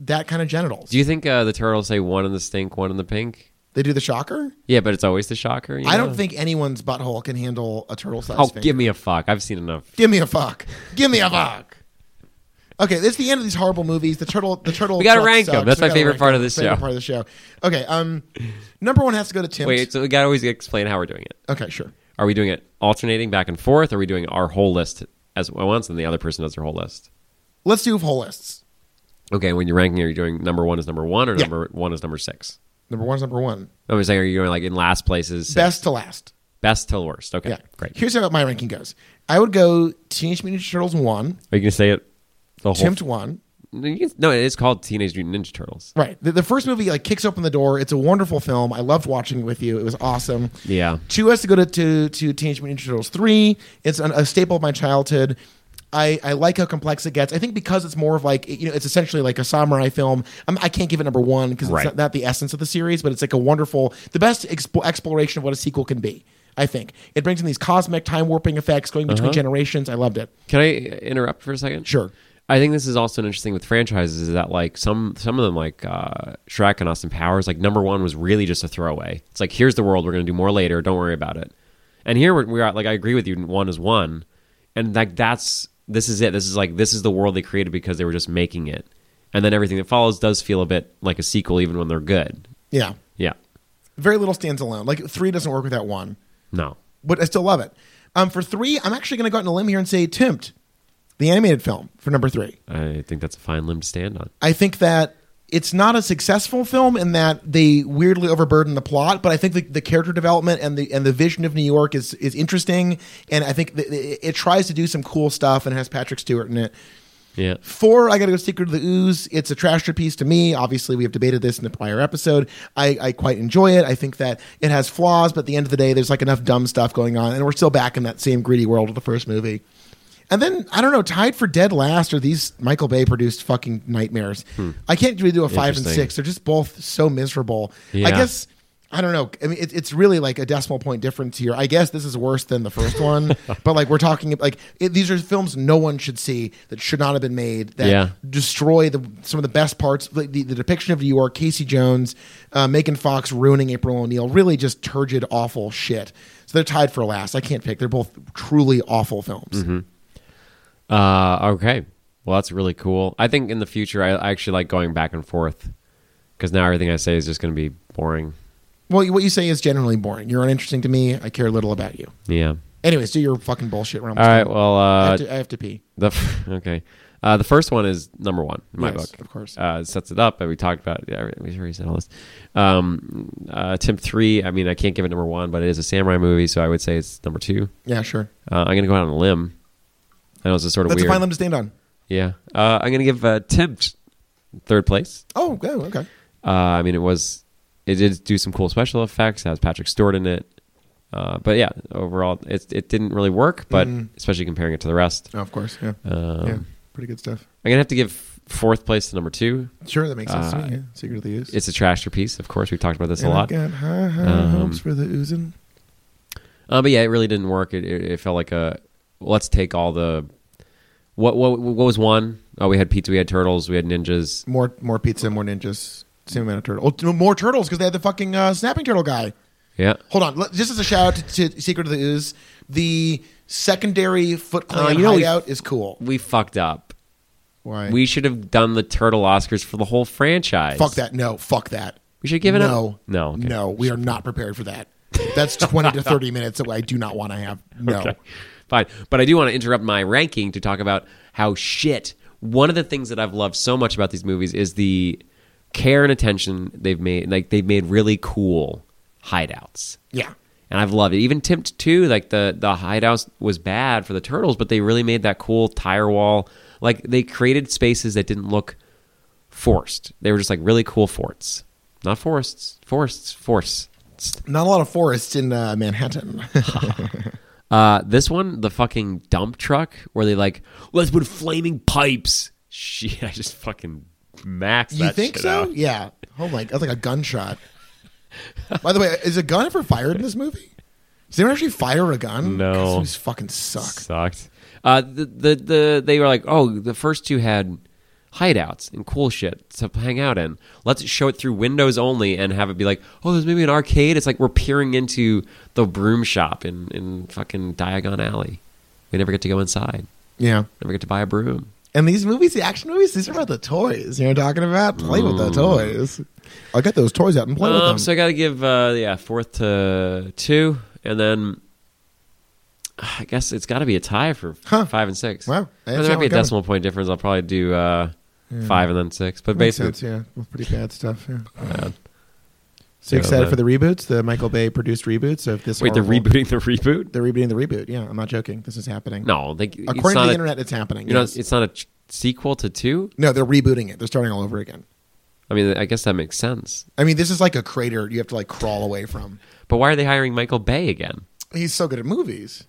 that kind of genitals.
Do you think uh, the turtles say one in the stink, one in the pink?
they do the shocker.
Yeah, but it's always the shocker. you
I
know?
don't think anyone's butthole can handle a turtle size.
Oh, give me a fuck! I've seen enough.
give me a fuck. Give me a fuck. Okay, that's the end of these horrible movies. The turtle, the turtle.
We gotta
truck
rank 'em.
sucks.
That's
We
my
gotta
favorite
rank
part of
'em.
this
Favorite
show.
Part of the show. Okay, um, number one has to go to Tim.
Wait, so we gotta always explain how we're doing it.
Okay, sure.
Are we doing it alternating back and forth? Are we doing our whole list as at once, and the other person does their whole list?
Let's do whole lists.
Okay, when you're ranking, are you doing number one is number one, or
Yeah.
number one is number six?
Number one's number one.
I was saying, are you going like in last places, six?
Best to last.
best till worst? Okay,
Yeah,
great.
Here's how my ranking goes. I would go Teenage Mutant Ninja Turtles one,
Are you gonna say it? The whole
Tempt one.
You can- no, it is called Teenage Mutant Ninja Turtles.
Right. The, the first movie like kicks open the door. It's a wonderful film. I loved watching it with you. It was awesome.
Yeah.
Two has to go to to, to Teenage Mutant Ninja Turtles three. It's an, a staple of my childhood. I, I like how complex it gets. I think because it's more of like you know it's essentially like a samurai film. I'm, I can't give it number one because
Right.
it's not, not the essence of the series, but it's like a wonderful, the best expo- exploration of what a sequel can be. I think it brings in these cosmic time warping effects going between
Uh-huh.
generations. I loved it.
Can I interrupt for a second?
Sure.
I think this is also interesting with franchises is that like some some of them like uh, Shrek and Austin Powers like number one was really just a throwaway. It's like here's the world we're gonna do more later. Don't worry about it. And here we're, we're at like I agree with you. One is one, and like that's this is it. This is like this is the world they created because they were just making it. And then everything that follows does feel a bit like a sequel, even when they're good.
Yeah.
Yeah.
Very little stands alone. Like three doesn't work without one.
No.
but I still love it. Um, for three, I'm actually going to go out on a limb here and say Tempt, the animated film for number three.
I think that's a fine limb to stand on.
I think that it's not a successful film in that they weirdly overburden the plot, but I think the, the character development and the and the vision of New York is is interesting, and I think that it, it tries to do some cool stuff and has Patrick Stewart in it.
Yeah.
Four, I got to go Secret of the Ooze. It's a trash piece to me. Obviously, we have debated this in the prior episode. I, I quite enjoy it. I think that it has flaws, but at the end of the day, there's like enough dumb stuff going on, and we're still back in that same gritty world of the first movie. And then I don't know, tied for dead last are these Michael Bay produced fucking nightmares. I can't really do a five and
Hmm. Interesting.
six. They're just both so miserable. I
Yeah.
guess I don't know. I mean, it, it's really like a decimal point difference here. I guess this is worse than the first
[LAUGHS]
one, but like we're talking like it, these are films no one should see that should not have been made that
Yeah.
destroy the some of the best parts. Like the, the depiction of New York, Casey Jones, uh, Megan Fox ruining April O'Neil, really just turgid, awful shit. So they're tied for last. I can't pick. They're both truly awful films.
Mm-hmm. Uh, okay. Well, that's really cool. I think in the future, I I actually like going back and forth because now everything I say is just going to be boring.
Well, what you say is generally boring. You're uninteresting to me. I care little about you.
Yeah.
Anyways, do your fucking bullshit. We're
All
almost
right.
done.
Well,
I,
uh,
have to, I have to pee.
the f- [LAUGHS] okay. Uh, the first one is number one in my
Yes,
book.
of course.
Uh, it sets it up, and we talked about. Yeah, we already said all this. Um, uh, Temp three. I mean, I can't give it number one, but it is a samurai movie, so I would say it's number two.
Yeah, sure.
Uh, I'm gonna go out on a limb. I know it's a sort of
That's
weird.
a fine limb to stand on.
Yeah. Uh, I'm gonna give uh, Tempt third place.
Oh, okay, okay.
Uh, I mean, it was it did do some cool special effects. It has Patrick Stewart in it. Uh, but yeah, overall, it it didn't really work. But especially comparing it to the rest,
Oh, of course. Yeah.
um,
yeah.
I'm
Pretty good stuff.
gonna have to give fourth place to number two.
Sure, that makes sense to
uh,
me. Yeah. Secret of the Ooze.
It's a trash piece, of course. We've talked about this
And
a
I
lot.
got high, high
Um,
hopes for the oozing.
Uh, but yeah, it really didn't work. It, it, it felt like a let's take all the what what what was one? Oh, we had pizza, we had turtles, we had ninjas.
More, more pizza, more ninjas. Same amount of turtles. Oh, more turtles because they had the fucking uh, snapping turtle guy.
Yeah.
Hold on. Let, just as a shout out to, to Secret of the Ooze, the secondary Foot Clan
Uh, you know, we-
hideout is cool.
We fucked up.
Why?
We should have done the turtle Oscars for the whole franchise.
fuck that. No, fuck that.
We should give it
no.
up. No, okay.
no, we are not prepared for that. That's 20 to
[LAUGHS]
30 minutes that I do not want to have. No.
Fine. But I do want to interrupt my ranking to talk about how shit. One of the things that I've loved so much about these movies is the care and attention they've made. Like, they've made really cool hideouts.
Yeah.
And I've loved it. Even Tempt 2, like, the, the hideout was bad for the turtles, but they really made that cool tire wall. Like, they created spaces that didn't look forced. They were just like really cool forts. Not forests, forests, force.
Not a lot of forests in uh,
[LAUGHS]
Manhattan.
Uh, this one, the fucking dump truck, where they like, let's put flaming pipes. Shit, I just fucking maxed
you
that
think
shit
so?
out.
Yeah. Oh my, that's like a gunshot. By the way, is a gun ever fired in this movie? Does anyone actually fire a gun?
No.
These movies fucking suck.
Sucked. Uh, the, the the they were like, oh, the first two had hideouts and cool shit to hang out in. Let's show it through windows only and have it be like, oh, there's maybe an arcade. It's like we're peering into the broom shop in in fucking Diagon Alley. We never get to go inside.
Yeah.
Never get to buy a broom.
And these movies, the action movies, these are about the toys. You know what I'm talking about? Play with the toys. I got those toys out and play with
Um,
them.
so I got to give uh, yeah fourth to two, and then I guess it's got to be a tie for
Huh.
five and six.
Wow. I
Well, there
see
might be a
how it goes.
decimal point difference. I'll probably do uh, five and then six, but
Makes
basically,
sense, yeah. Well, pretty bad stuff, yeah.
Bad.
So you
Yeah,
excited
but-
for the reboots, the Michael Bay produced reboots of this.
wait, they're
horrible-
rebooting the reboot?
They're rebooting the reboot. Yeah, I'm not joking. This is happening.
No, they, it's
according to
not
the
a-
internet, it's happening.
You know,
yes.
it's not a ch- sequel to two.
no, they're rebooting it. They're starting all over again.
I mean, I guess that makes sense.
I mean, this is like a crater you have to like crawl away from.
But why are they hiring Michael Bay again?
He's so good at movies.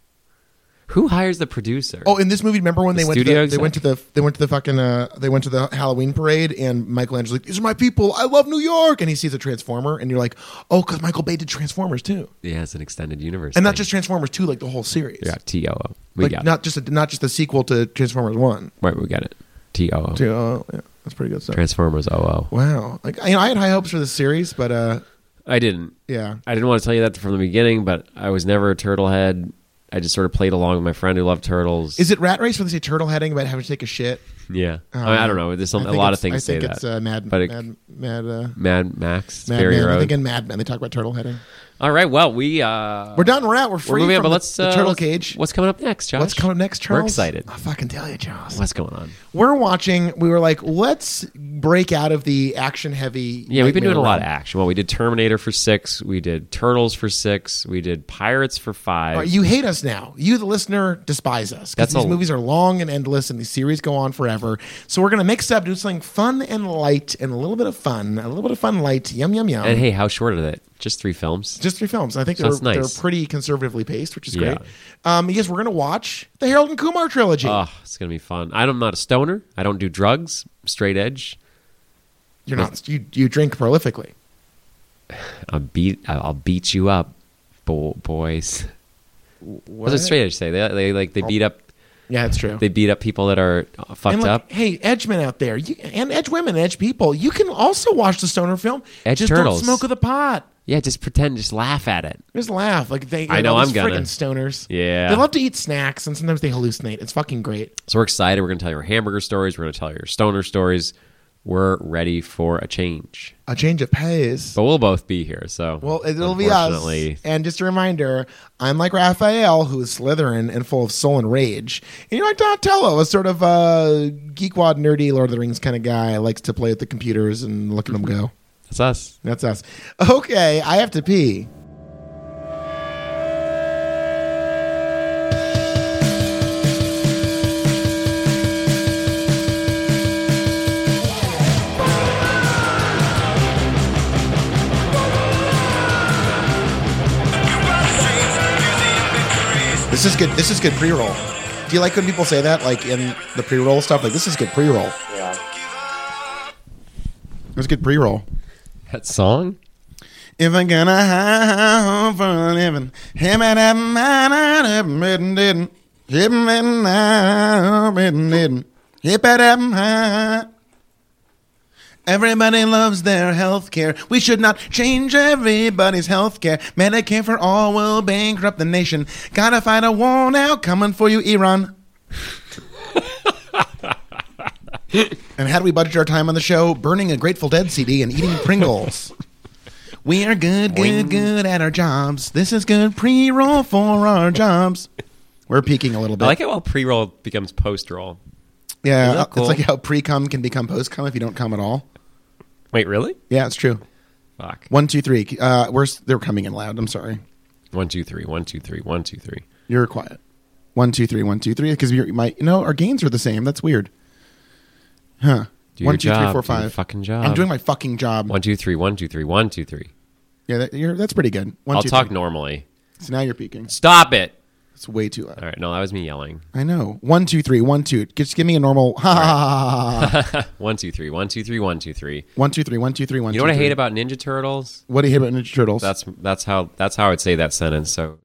Who hires the producer?
Oh, in this movie, remember when
The
they went to the,
studio
they went to the they went to the fucking uh, they went to the Halloween parade and Michelangelo's like, "These are my people. I love New York." And he sees a transformer, and you're like, "Oh, because Michael Bay did Transformers too,
yeah, it's an extended universe,
and not
thing.
just Transformers two, like the whole series.
yeah, T O O. We
like
got
not just a, not just the sequel to Transformers one,
it. Right, we got it. T O O.
two. Oh, yeah, that's pretty good stuff.
Transformers O O.
wow, like you know, I had high hopes for this series, but uh,
I didn't.
yeah,
I didn't want to tell you that from the beginning, but I was never a turtle head. I just sort of played along with my friend who loved turtles.
is it Rat Race when they say turtle heading about having to take a shit?
Yeah, I, mean, I don't know. There's some, a lot of things
Uh, I
say
think
that.
it's uh, Mad,
but it-
Mad, Mad, uh,
Mad Max,
Mad
Fury
Men. I
Road.
think in Mad Men they talk about turtle heading.
All right, well we uh,
We're done. We're out. We're free
we're moving
from
on, but
the,
let's
the
uh,
turtle
let's-
cage.
What's coming up next, Josh?
What's coming up next, Charles? Ah,
We're excited.
I fucking tell you, Charles.
What's going on?
We're watching. We were like, let's break out of the action heavy.
Yeah, we've been doing a lot of action. Well, we did Terminator for six. We did Turtles for six. We did Pirates for five.
you hate us now. You, the listener, despise us because
That's
these
a-
movies are long and endless, and these series go on forever. So we're gonna mix up, do something fun and light, and a little bit of fun, a little bit of fun light. Yum yum yum.
and hey, how short are they? Just three films.
just three films. I think
So
they're
that's nice.
they're pretty conservatively paced, which is
Yeah.
great. Um, yes, we're gonna watch the Harold and Kumar trilogy.
Oh, it's gonna be fun. I'm not a stoner. I don't do drugs. Straight edge.
You're not you you drink prolifically.
I'll beat I'll beat you up, bo- boys. What does straight edge say? They, they like they beat up
Yeah, it's true.
they beat up people that are uh, fucked
Oh. and like,
up.
hey, edgemen out there, you, and edge women, edge people, you can also watch the stoner film.
Edge
just
turtles.
don't smoke with a pot.
Yeah, just pretend, just laugh at it.
Just laugh like they.
I know
all these
I'm gonna.
friggin' stoners.
Yeah.
they love to eat snacks, and sometimes they hallucinate. It's fucking great.
So we're excited. We're gonna tell your hamburger stories. We're gonna tell your stoner stories. We're ready for a change.
A change of pace.
But we'll both be here. So
Well, it'll be us.
unfortunately-
And just a reminder, I'm like Raphael, who is Slytherin and full of soul and rage. And you're like Donatello, a sort of uh, geekwad, nerdy Lord of the Rings kind of guy, likes to play with the computers and look at them go.
That's us.
That's us. Okay, I have to pee. This is good. This is good pre-roll. Do you like when people say that, like in the pre-roll stuff? Like this is good pre-roll. Yeah. It was good pre-roll.
That song.
If I'm gonna have for a living, him and that man I didn't didn't, him and I didn't didn't, hip at him high. Everybody loves their health care. We should not change everybody's health care. Medicare for all will bankrupt the nation. Gotta fight a war now coming for you,
[LAUGHS]
Iran.
[LAUGHS]
and how do we budget our time on the show? Burning a Grateful Dead CD and eating Pringles. We are good, good, good at our jobs. This is good pre roll for our jobs. We're peaking a little bit.
I like how pre roll becomes post roll. Isn't
yeah, uh,
that cool?
it's like how pre cum can become post cum if you don't cum at all.
Wait, really?
Yeah, it's true.
Fuck.
One, two, three. Uh, we're s- they're coming in loud. I'm sorry.
One, two, three, one, two, three, one, two, three.
You're quiet. One, two, three, one, two, three. Because you might, you know, our gains are the same. That's weird. Huh.
Do
One,
your
two, three,
job,
four,
do your
five.
fucking job.
I'm doing my fucking job.
One, two, three, one, two, three, one, two, three.
Yeah, that, you're, that's pretty good. One,
I'll
two,
talk
three.
normally.
So now you're peaking.
Stop it.
It's way too loud.
All right. No, that was me yelling.
I know. One, two, three, one, two. Just give me a normal. Ha ha ha ha ha. ha.
One, two, three, one, two, three, one, two, three.
One, two, three, one, two, three, one.
You know what I
two,
hate
three.
about Ninja Turtles?
What do you hate about Ninja Turtles?
That's that's how that's how I would say that sentence. So